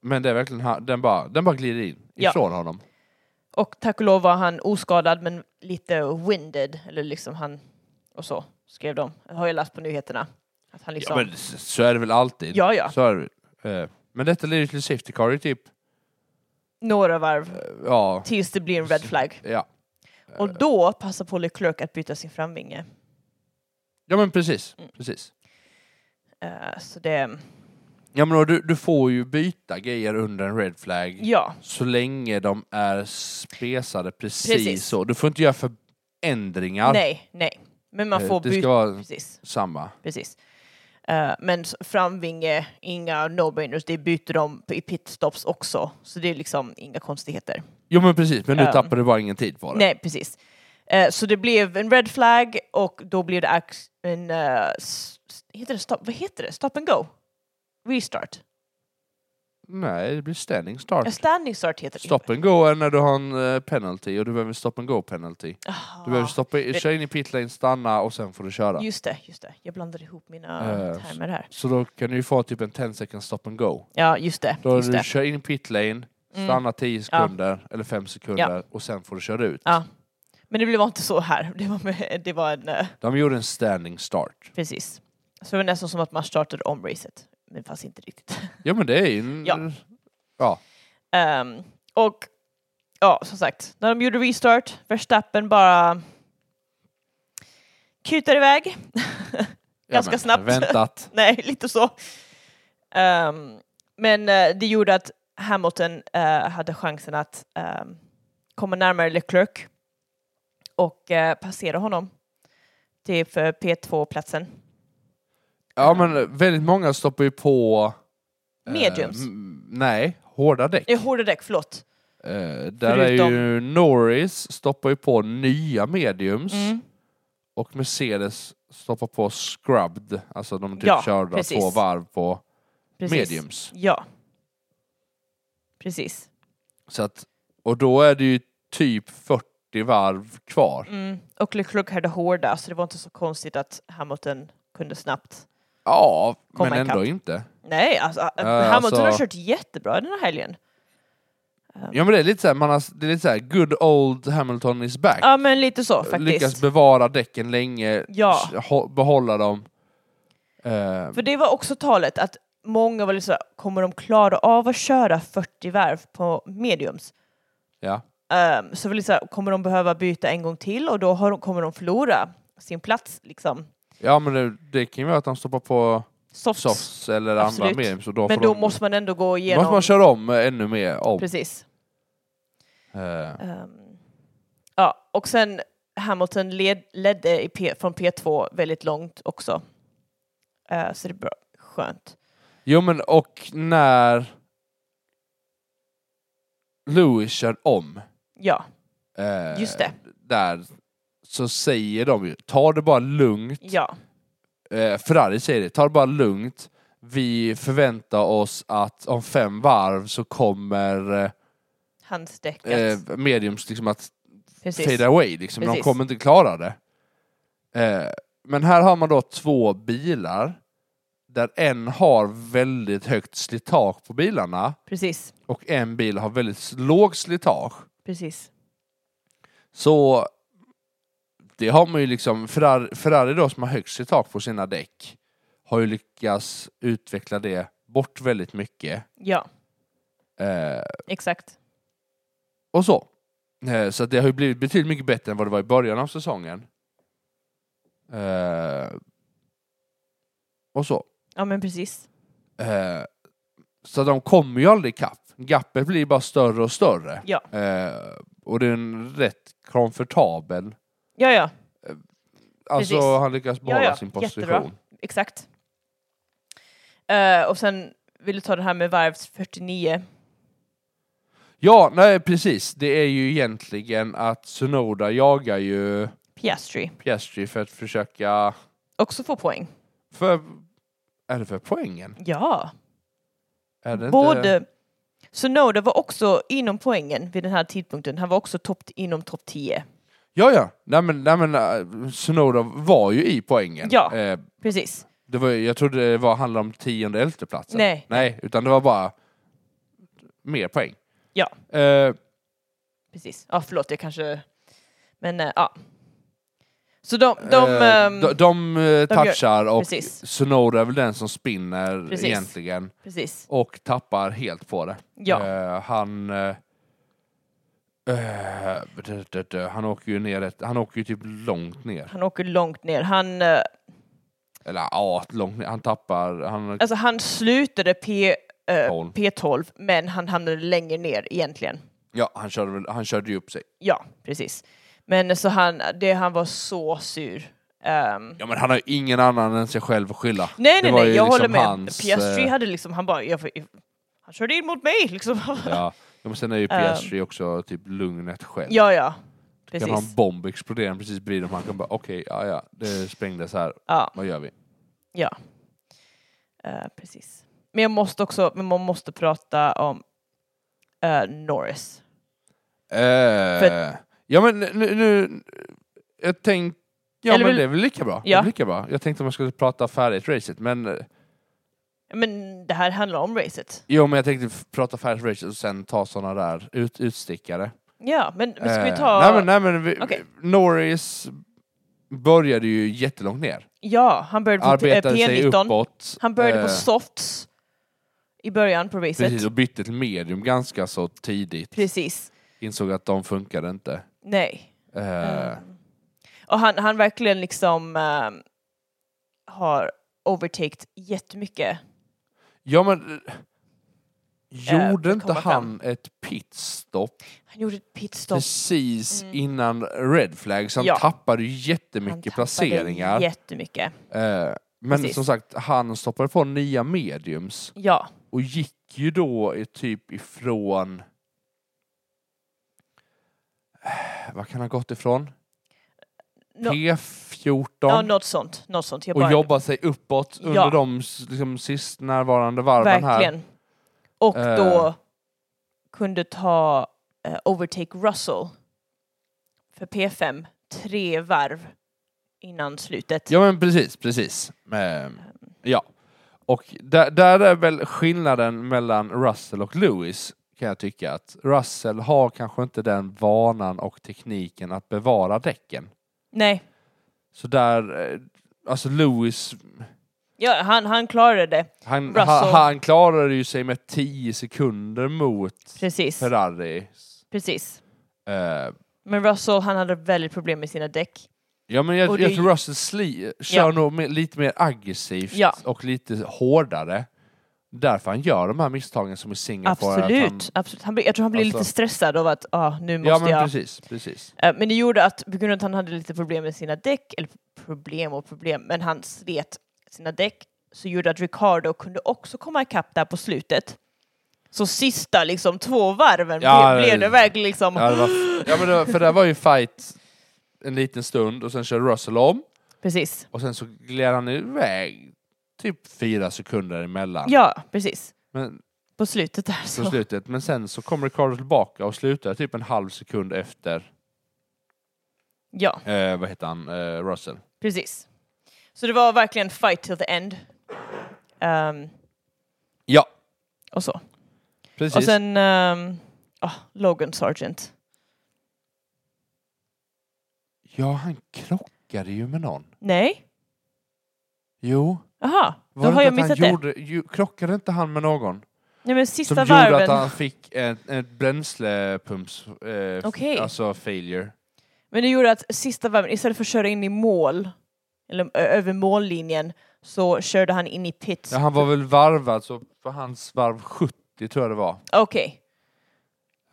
men det är verkligen, han- den bara, den bara glider in Ja. ifrån honom. Och tack och lov var han oskadad men lite winded, eller liksom han och så skrev de. Jag har ju läst på nyheterna. Att han liksom, Ja, men s- så är det väl alltid. Ja, ja. Så är det. väl. Eh, Men detta leder ju till Safety Car i typ, några varv eh, ja. tills det blir en red flag. ja. Och då passar på Leclerc att byta sin framvinge. Ja men precis, Mm. precis. Eh, så det, Ja men och du, du får ju byta grejer under en red flag ja, så länge de är spesade precis, Precis. så. Du får inte göra förändringar. nej, nej. Men man Eh, får det ska byta, vara precis. samma. precis. Eh, men s- framvinge, inga no-brainers, det byter de på- i pitstops också. Så det är liksom inga konstigheter. Jo men precis, men nu Ja. tappar du bara ingen tid på det. Nej, precis. Eh, Så det blev en red flag och då blev det ax- en... eh, s- s- Heter det stop, vad heter det? Stop and go? Restart? Nej, det blir standing start. Ja, standing start heter det. Stop and go är när du har en eh, penalty och du behöver stop and go penalty. Aha. Du behöver stoppa, i- Det- köra in i pit lane, stanna och sen får du köra. Just det, just det. Jag blandade ihop mina Eh, termer här. Så då kan du ju få typ en 10 second stop and go. Ja, just det. Då Just du det. kör in i pit lane, Mm. stannar 10 sekunder eller 5 sekunder och sen får du köra ut. Ja. Men det blev inte så här. Det var, med, *laughs* det var en... eh, De gjorde en standing start. Precis. Så det var nästan som att man startade om racet. Men fast inte riktigt. *laughs* Ja men det är ju en... Ja. Ja. Ehm, och ja, som sagt, när de gjorde restart, Verstappen bara kutar iväg. Ganska men, snabbt. Väntat. *laughs* Nej, lite så. Ehm, men eh, det gjorde att Hamilton eh, hade chansen att ehm, komma närmare Leclerc och eh, passera honom till för P2-platsen. Ja men väldigt många stoppar ju på... eh, Mediums. m- nej, hårda däck. Eh, Hårda däck, förlåt. Eh, där är Förutom- ju Norris stoppar ju på nya mediums Mm. och Mercedes stoppar på scrubbed, alltså de typ Ja, körde precis. två varv på Precis. mediums. Ja. Precis. Så att, och då är det ju typ 40 varv kvar. Mm. Och Leclerc hade hårda, så det var inte så konstigt att Hamilton kunde snabbt. Ja, Komma men ändå ikapp. inte. Nej, alltså, Ja, Hamilton har alltså- kört jättebra den här helgen. Ja men det är lite såhär, man har, det är lite såhär good old Hamilton is back. Ja, men lite så Lyckas faktiskt. bevara däcken länge, Ja. s- hå- behålla dem. Eh, För det var också talet att många var lite så kommer de klara av att köra 40 varv på mediums? ja. Ehm, så var det lite så kommer de behöva byta en gång till och då har de, kommer de förlora sin plats liksom. ja men det, det kan ju vara att de stoppar på Softs. softs eller Absolut. andra mediums. och Då Men får då de, måste man ändå gå igenom. måste man köra om eh, ännu mer om. Precis. Eh, Ehm, ja, och sen Hamilton led, ledde i P, från P2 väldigt långt också. Eh, så det är bra. Skönt. Jo men och när Lewis kör om Ja, eh, Just det. där så säger de ju ta det bara lugnt. ja, Eh, Ferrari säger det, ta det bara lugnt. Vi förväntar oss att om fem varv så kommer handstäcket. eh, eh, mediums liksom att Precis. fade away. Liksom. De Precis. kommer inte klara det. Eh, Men här har man då två bilar där en har väldigt högt slitage på bilarna Precis, och en bil har väldigt låg slitage. precis. Så det har man ju liksom, Ferrari, Ferrari då som har högst i tak på sina däck har ju lyckats utveckla det bort väldigt mycket. Ja, Eh, exakt. och så. Eh, så att det har ju blivit betydligt mycket bättre än vad det var i början av säsongen. Eh, och så. Ja, men precis. Eh, så de kommer ju aldrig ikapp. Gappet blir bara större och större. Ja, Eh, och det är en rätt komfortabel... ja, ja Alltså Precis. han lyckas Ja, behålla ja. sin position. Jättebra. exakt. Eh, och sen vill du ta det här med varvs 49. Ja, nej precis. Det är ju egentligen att Sunoda jagar ju Piastri. Piastri för att försöka... Också få poäng. För... Är det för poängen? Ja, Är det Inte... både... Sonoda var också inom poängen vid den här tidpunkten. Han var också topp, inom topp 10. Ja, ja. Nej men, nej, men eh, Sunoda var ju i poängen. Ja. Eh, Precis. det var, jag trodde det var, handlade om tionde elfteplatsen. Nej. Nej, utan det var bara mer poäng. Ja. Eh, Precis. Ja, förlåt, jag kanske... Men eh, ja. Så de... de, eh, ehm, de, de, eh, gör- touchar och Precis. Sunoda är väl den som spinner Precis. egentligen. precis. och tappar helt på det. Ja. Eh, han... eh, eh, dö, dö, dö, han åker ju ner ett, Han åker ju typ långt ner. Han åker långt ner. Han, eh, Eller ja, långt ner. Han tappar... Han, alltså, han slutade P, eh, 12. P12, men han hamnade längre ner egentligen. ja, han körde, väl- han körde ju upp sig. Ja, precis. Men så han, det, han var så sur. Ehm, Ja, men han har ju ingen annan än sig själv att skylla. nej, Det nej, var nej, ju jag liksom håller med. hans, Piastri eh, hade liksom, han bara, jag, får- han körde in mot mig liksom. Ja. ja, men sen är ju Piastri också typ lugnet själv. Ehm. ja, ja. kan ha en Precis. bomb explodera precis bredvid dem. Han kan bara okej, ja, ja, det sprängdes här. Ja. Vad gör vi? Ja. Eh, precis. Men jag måste också, men man måste prata om eh, Norris. Eh, Ja men nu, nu jag tänkte, ja Eller men vill- det är väl lika bra. Ja. Det är lika bra. Jag tänkte om jag skulle prata färdigt racet, men eh, Men det här handlar om racet. jo men jag tänkte f- prata färdigt racet och sen ta sådana där ut, utstickare. Ja, men, men ska vi Eh, ta... Nej men, nej, men vi, Okej. Norris började ju jättelångt ner. Ja, han började på Arbetade Typ, eh, sig P19. uppåt. Han började på eh, softs i början på racet. Precis, Precis. och bytte till medium ganska så tidigt. Insåg att de funkade inte. Nej. Eh, Mm. Och han, han verkligen liksom ehm, har overtaked jättemycket. Ja men... eh, Gjorde för att inte komma han ett pitstop Han gjorde ett pitstop. precis Mm. innan red flags. Han Ja. tappade ju Han tappade jättemycket placeringar. Jättemycket. Eh, men Precis. som sagt, han stoppade på nya mediums Ja. och gick ju då i typ ifrån... Eh, Vad kan han ha gått ifrån? No- P14 Ja, något sånt. Något sånt. Jag och bara, jobbat sig uppåt Ja. under de s- liksom, sist närvarande varven här. verkligen. Och Eh. då kunde ta eh, Overtake Russell för P5 tre varv innan slutet. Ja men precis, precis. Eh, ja. Och där, där är väl skillnaden mellan Russell och Lewis kan jag tycka att Russell har kanske inte den vanan och tekniken att bevara däcken. Nej, Så där, eh, alltså Lewis, ja, han, han klarade det. han, Russell. han, han klarade ju sig med 10 sekunder mot Precis. Ferrari. Precis. Eh, Men Russell, han hade väldigt problem med sina däck. ja men jag, Och jag det- tror Russell sli, kör Ja. nog mer- lite mer aggressivt Ja. och lite hårdare. Därför han gör de här misstagen som i Singapore. att Absolut. han- absolut. Han, blir- jag tror han blev Alltså- lite stressad av att ah, nu måste Ja men jag... precis, precis. Eh, Men det gjorde att, på grund av att han hade lite problem med sina däck, eller problem och problem, men han slet sina däck, så gjorde att Ricardo kunde också komma ikapp där på slutet. Så sista liksom två varven Ja, ble, blev det- det verkligen liksom... Ja, det var, ja men det var, för det var ju fight en liten stund och sen kör Russell om Precis. och sen så gled han iväg typ fyra sekunder emellan. Ja, precis. Men, På slutet där så. på slutet. men sen så kommer Ricardo tillbaka och slutar typ en halv sekund efter, Ja, eh, vad heter han, eh, Russell. precis. Så det var verkligen fight till the end. Ehm, Ja, och så. precis. Och sen ehm, ah, Logan Sargent. Ja, han krockade ju med någon. Nej? Jo. Aha, Var då det har jag inte att missat han det. Gjorde, ju, krockade inte han med någon? Nej men sista Som gjorde varven. att han fick ett, ett bränslepumps... Eh, f- Okej. Alltså failure. Men det gjorde att sista varven, istället för att köra in i mål, eller ö- över mållinjen, så körde han in i pits. Ja, han var väl varvad, så på hans varv 70 tror jag det var. Okej.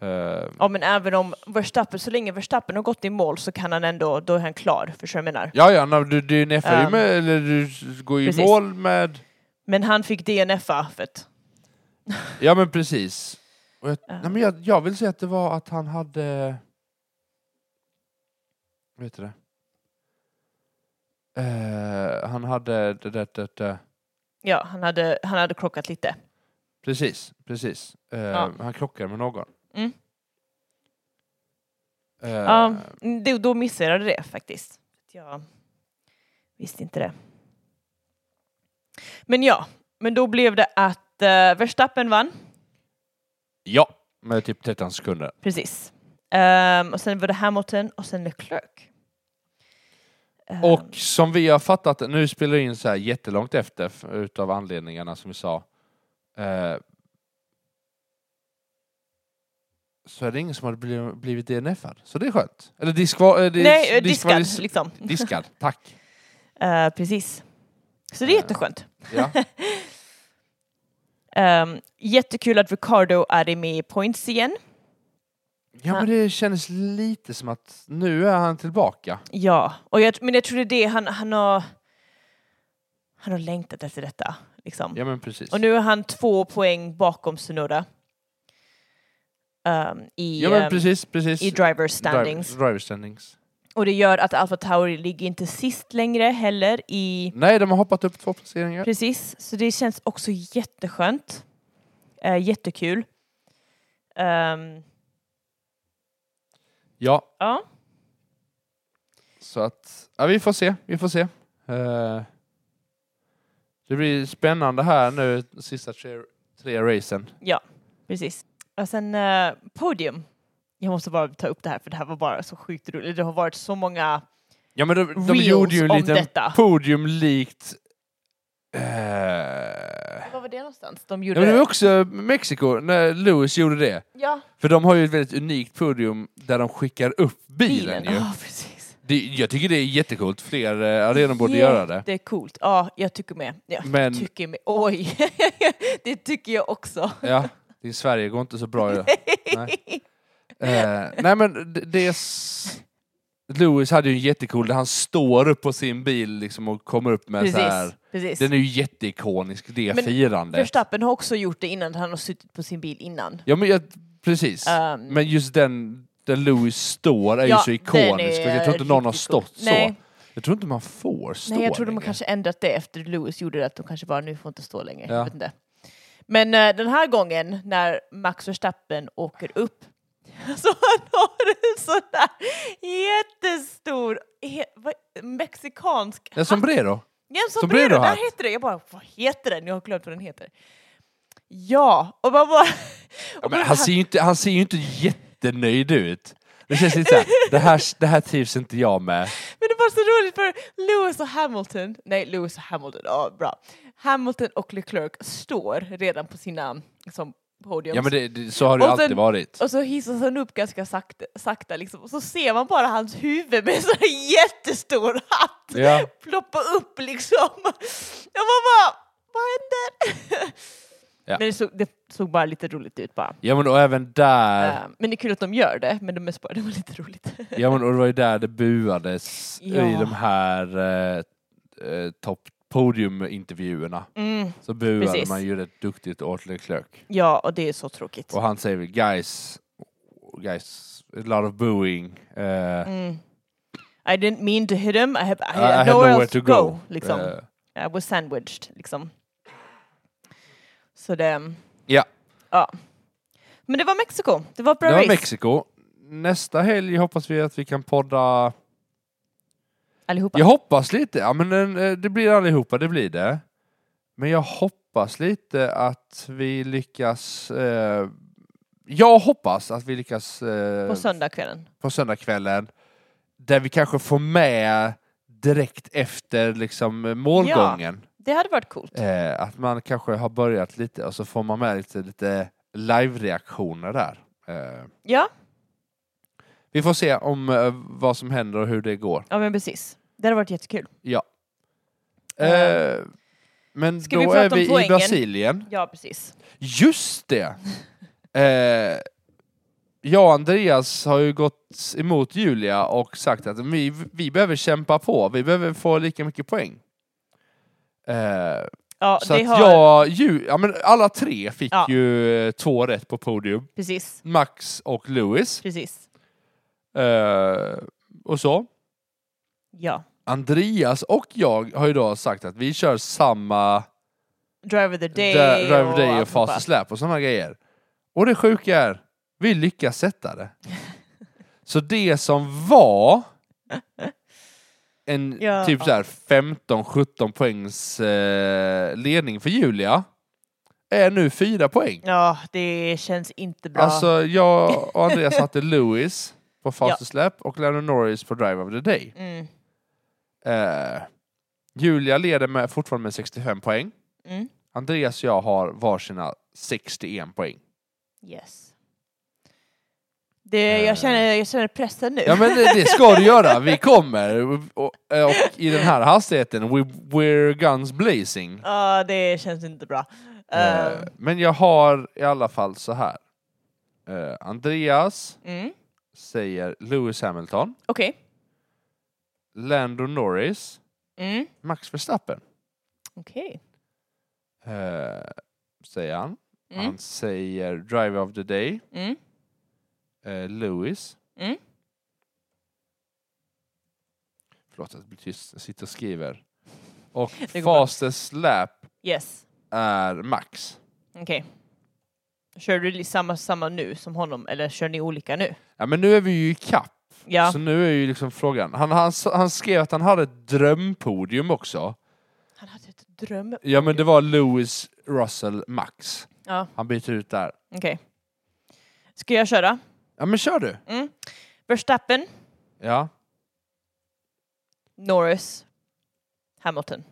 Eh, Ja men även om Verstappen, så länge Verstappen har gått i mål så kan han ändå, då är han klar, förstår du vad jag menar? ja, ja, nej, du, du neffar ju Ehm, med, eller du går ju i precis. mål med... Men han fick DNF-a för att Ja, men precis. Och jag, Ja. nej, men jag, jag vill säga att det var att han hade... Vad heter det? Eh, han hade... Det, det, det, det. Ja, han hade, han hade krockat lite. Precis, precis. Eh, Ja. Han krockade med någon. Mm. Eh, Ja, då, då missade jag det faktiskt. Jag visste inte det. Men ja, men då blev det att eh, Verstappen vann. Ja, med typ 13 sekunder. Precis. Ehm, och sen var det Hamilton och sen Leclerc. Ehm, Och som vi har fattat, nu spelar vi in så här jättelångt efter f- utav anledningarna som vi sa. Eh, så är det ingen som har blivit, blivit DNFad. Så det är skönt. Eller diskva, eh, dis, Nej, eh, diskad diskvalis- liksom. diskad, tack. Eh, precis. Så det är Eh. jätteskönt. *laughs* Ja. Ehm, jättekul att Ricardo är med i points igen. ja, men det känns lite som att nu är han tillbaka. Ja, och jag, men jag tror det är det han, han har... Han har längtat efter detta. Liksom. Ja, men precis. Och nu är han två poäng bakom Sunoda. Ehm, i, ja, men ehm, precis, precis. I driver standings. Driver, driver standings. Och det gör att Alfa Tauri ligger inte sist längre heller i... Nej, de har hoppat upp två placeringar. Precis, så det känns också jätteskönt. Eh, jättekul. Ehm, Ja, ja, Så att, ja, vi får se, vi får se. Eh, det blir spännande här nu, sista tre, tre racen. precis. Och sen eh, podium. Jag måste bara ta upp det här för det här var bara så sjukt roligt. Det har varit så många Ja men de, de reels gjorde ju en om liten detta. podium likt... eh, ja, Var var det någonstans? De gjorde... men det var också Mexiko, när Lewis gjorde det. Ja, För de har ju ett väldigt unikt podium där de skickar upp bilen, bilen. ju. Ja, precis. Det, jag tycker det är jättecoolt, fler eh, arenor borde göra det. Det är coolt. Ja, jag tycker med. Jag Men- tycker med. Oj, *laughs* det tycker jag också. Ja, i Sverige går inte så bra idag. Nej. Eh, nej men det- det... är s- Lewis hade ju en jättecool där han står upp på sin bil liksom och kommer upp med så här. Precis. precis. Den är ju jätteikonisk, det Men firandet. Verstappen har också gjort det innan, han har suttit på sin bil innan. Ja men jag, precis. Ehm, Men just den där Lewis står är Ja, ju så ikonisk. den är för jag tror inte någon har riktigt cool. stått Nej. så. Jag tror inte man får stå Nej, jag tror de har längre. kanske ändrat det efter Lewis gjorde det, att de kanske bara nu får inte stå längre. Ja. Jag vet inte. Men eh, den här gången när Max Verstappen åker upp, *laughs* så han har en sån där jättestor he, vad, mexikansk Ja, sombrero. Ja, en Sombrero sombrero, hat. där heter det. Jag bara, vad heter den? Jag har glömt vad den heter. Ja, och man bara... Ja, men och bara- han, ser ju inte, han ser ju inte jättenöjd ut. Det känns lite såhär, det här, det här trivs inte jag med. Men det var så roligt för Lewis och Hamilton, nej Lewis och Hamilton, ja bra. Hamilton och Leclerc står redan på sina liksom, podiums. Ja men det, det, så har det ju Och sen- alltid varit. Och så hissas han upp ganska sakta, sakta liksom. och så ser man bara hans huvud med en sån här jättestor hatt Ja. ploppa upp liksom. Jag var bara, vad händer? Ja. Men det såg, det såg bara lite roligt ut bara. Ja men och även där Eh, Men det är kul att de gör det, men de är spår, *laughs* det var lite roligt. Ja men och det var ju där det buades Ja. i de här eh, eh, topp podiumintervjuerna. Mm. Så buade Precis. man ju rätt duktigt åt Leclerc. Ja, och det är så tråkigt. Och han säger väl guys, guys, a lot of booing. Eh, Mm. I didn't mean to hit him, I have, I, I I had had nowhere, nowhere else to to go. go. liksom. Eh, I was sandwiched, liksom. Så det... Ja. ja. Men det var Mexiko, det var ett bra det var race. Mexiko. Nästa helg hoppas vi att vi kan podda Allihopa. Jag hoppas lite, ja men den, eh, det blir allihopa, det blir det. Men jag hoppas lite att vi lyckas... Eh, jag hoppas att vi lyckas eh, På söndagskvällen. på söndagskvällen, där vi kanske får med direkt efter liksom eh, målgången. Det hade varit coolt. Eh, att man kanske har börjat lite och så får man med lite, lite live-reaktioner där. Eh, Ja, vi får se om eh, vad som händer och hur det går. ja men precis. Det hade varit jättekul. Eh, men Ska vi då prata är om vi i poängen? Brasilien. Ja, precis. Just det! eh, jag och Andreas har ju gått emot Julia och sagt att vi, vi behöver kämpa på, vi behöver få lika mycket poäng. Eh, Ja, så det att har... jag, ju, ja, men alla tre fick Ja. ju eh, två rätt på podium. Precis, Max och Louis. precis. Eh, och så. Ja. Andreas och jag har ju då sagt att vi kör samma Driver the day Dra- Drive Day och alltihopa. Fast Slap och sådana grejer. Och det sjuka är, vi lyckas sätta *laughs* det. så det som var en Ja. typ så här 15-17 poängs eh, ledning för Julia är nu fyra poäng. Ja, det känns inte bra. Alltså jag och Andreas *laughs* satte Lewis på Fast Ja. Slap och Lennon Norris på Drive of the Day. Mm. Eh, Julia leder med, fortfarande med 65 poäng. Mm. Andreas och jag har varsina 61 poäng. Yes. Det, Eh. jag, känner, jag känner pressen nu. Ja men det, det ska du göra, vi kommer! Och, och, och i den här hastigheten, we, we're guns blazing. *laughs* Ja, det känns inte bra. Eh, Eh, men jag har i alla fall så här. Eh, Andreas mm. säger Lewis Hamilton, Okej. Lando Norris, Mm. Max Verstappen. Okej. eh, säger han. Mm. Han säger Driver of the Day, Mm. eh, Lewis. Mm. Förlåt att det blir tyst, jag sitter och skriver. Och går bra. Fastest Slap Yes. är Max. Okej. Kör du li- samma, samma nu som honom, eller kör ni olika nu? Ja men nu är vi ju i kapp. Ja, Så nu är ju liksom frågan. Han, han, s- han skrev att han hade ett drömpodium också. han hade ett dröm. Ja men det var Lewis, Russell, Max. Ja, Han byter ut där. okej. Ska jag köra? Ja men kör du! Mm. Verstappen, Ja. Norris, Hamilton.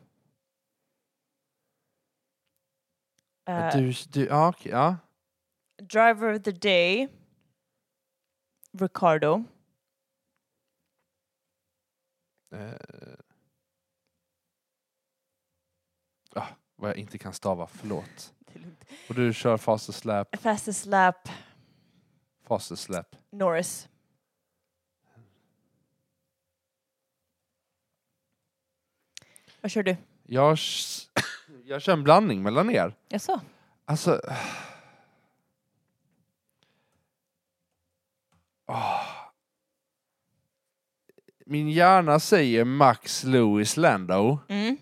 Eh, Du, du, ja, okej, ja. Driver of the day, Ricardo. Eh. Ah, vad jag inte kan stava, förlåt. Och du kör fastest slap, Fastest lap, fastest slap. Norris. Vad kör du? Jag, s- *coughs* jag kör en blandning mellan er. Jaså? Alltså... *sighs* Ah. Min hjärna säger Max Lewis Lando. Mm.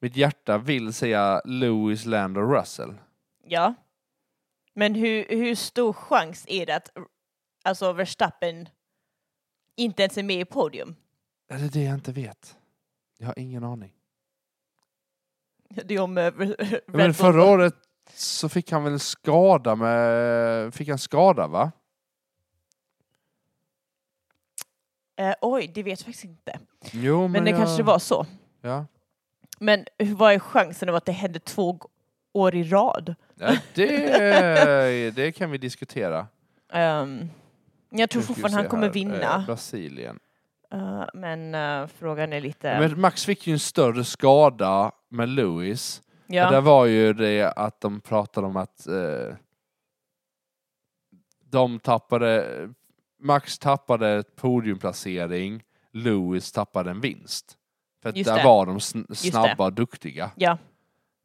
Mitt hjärta vill säga Lewis Lando Russell. Ja. Men hur, hur stor chans är det att alltså Verstappen inte ens är med i podium? Är det det jag inte vet? Jag har ingen aning. Det är om eh, Red Men Bull. förra året så fick han väl en skada med... Fick han skada va? Eh, oj, det vet jag faktiskt inte. Jo men... Men det jag... kanske var så. *laughs* Ja. Men hur- vad är chansen av att det hände två g- år i rad? Nej, det, det kan vi diskutera. Ehm, jag tror Nu ska vi fortfarande han se kommer här. vinna. Eh, Brasilien. Eh, men eh, frågan är lite... Men Max fick ju en större skada med Lewis. ja. Och där var ju det att de pratade om att eh, de tappade, Max tappade ett podiumplacering, Lewis tappade en vinst. För att Just där det. var de sn- det. snabba och duktiga. ja.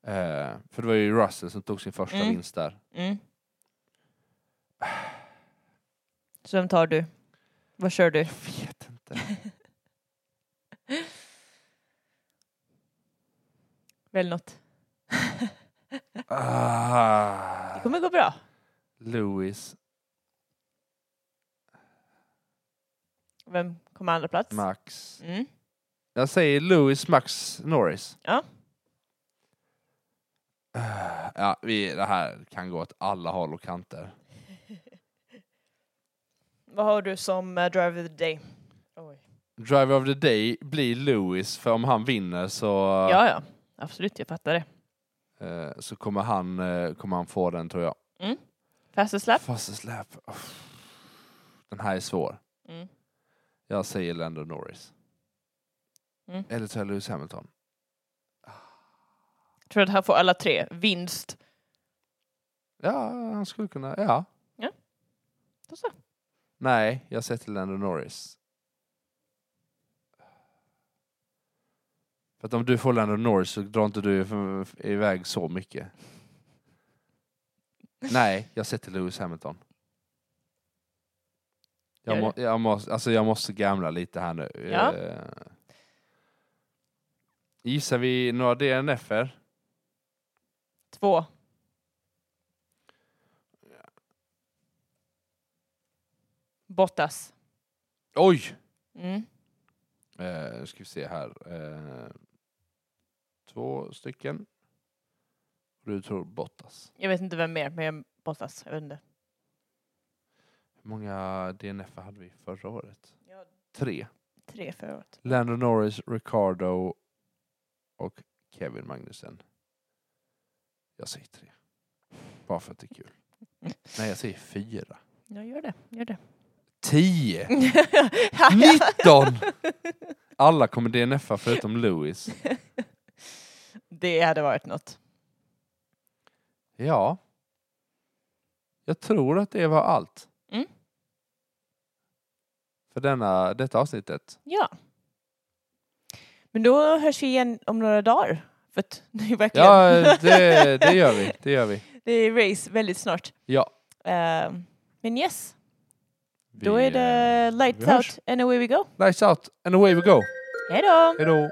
Eh, för det var ju Russell som tog sin första Mm. vinst där. Mm. Så vem tar du? Vad kör du? Jag vet *laughs* inte. Välj något. Ah, Det kommer gå bra. Lewis, Vem kommer andra plats? Max, Mm. Jag säger Lewis Max Norris. Ja. Eh, Ja, vi, det här kan gå åt alla håll och kanter. Vad har du som eh, driver of the day? Oj. Driver of the day blir Lewis, för om han vinner så, Ja, ja. Absolut, jag fattar det. eh, så kommer, han, eh, kommer han få den tror jag. Fastest lap? Fastest lap. Uff. Den här är svår. Mm. Jag säger Lando Norris. Mm. Eller så är Lewis Hamilton. Jag tror att han får alla tre. Vinst. Ja, han skulle kunna, ja. Och så. Nej, jag sätter Lando Norris. För att om du får Lando Norris så drar inte du i- iväg så mycket. Nej, jag sätter Lewis Hamilton. Jag, Gör må, jag, måste, alltså jag måste gamla lite här nu. Ja. Eh, Gissar vi några DNF-er? Två. Bottas. Oj! Mm. Eh, nu ska vi se här. Eh, två stycken. Du tror Bottas. Jag vet inte vem mer, men jag Bottas. Jag vet inte. Hur många DNF hade vi förra året? Tre. Tre förra året. Lando Norris, Ricardo och Kevin Magnussen. Jag säger tre. Bara för att det är kul. Nej, jag säger fyra. Ja, gör det. Gör *laughs* det. Tio! Nitton! Alla kommer DNFa förutom Lewis. *laughs* det hade varit något. Ja. Jag tror att det var allt. Mm. För denna, detta avsnittet. Ja. Men då hörs vi igen om några dagar. För att *laughs* det är verkligen... Ja, det, det gör vi. Det gör vi. *laughs* det är race väldigt snart. Ja. Eh, men yes, Vi, då är det eh, lights vi hörs. out and away we go. Lights out and away we go. Hej då! Hej då.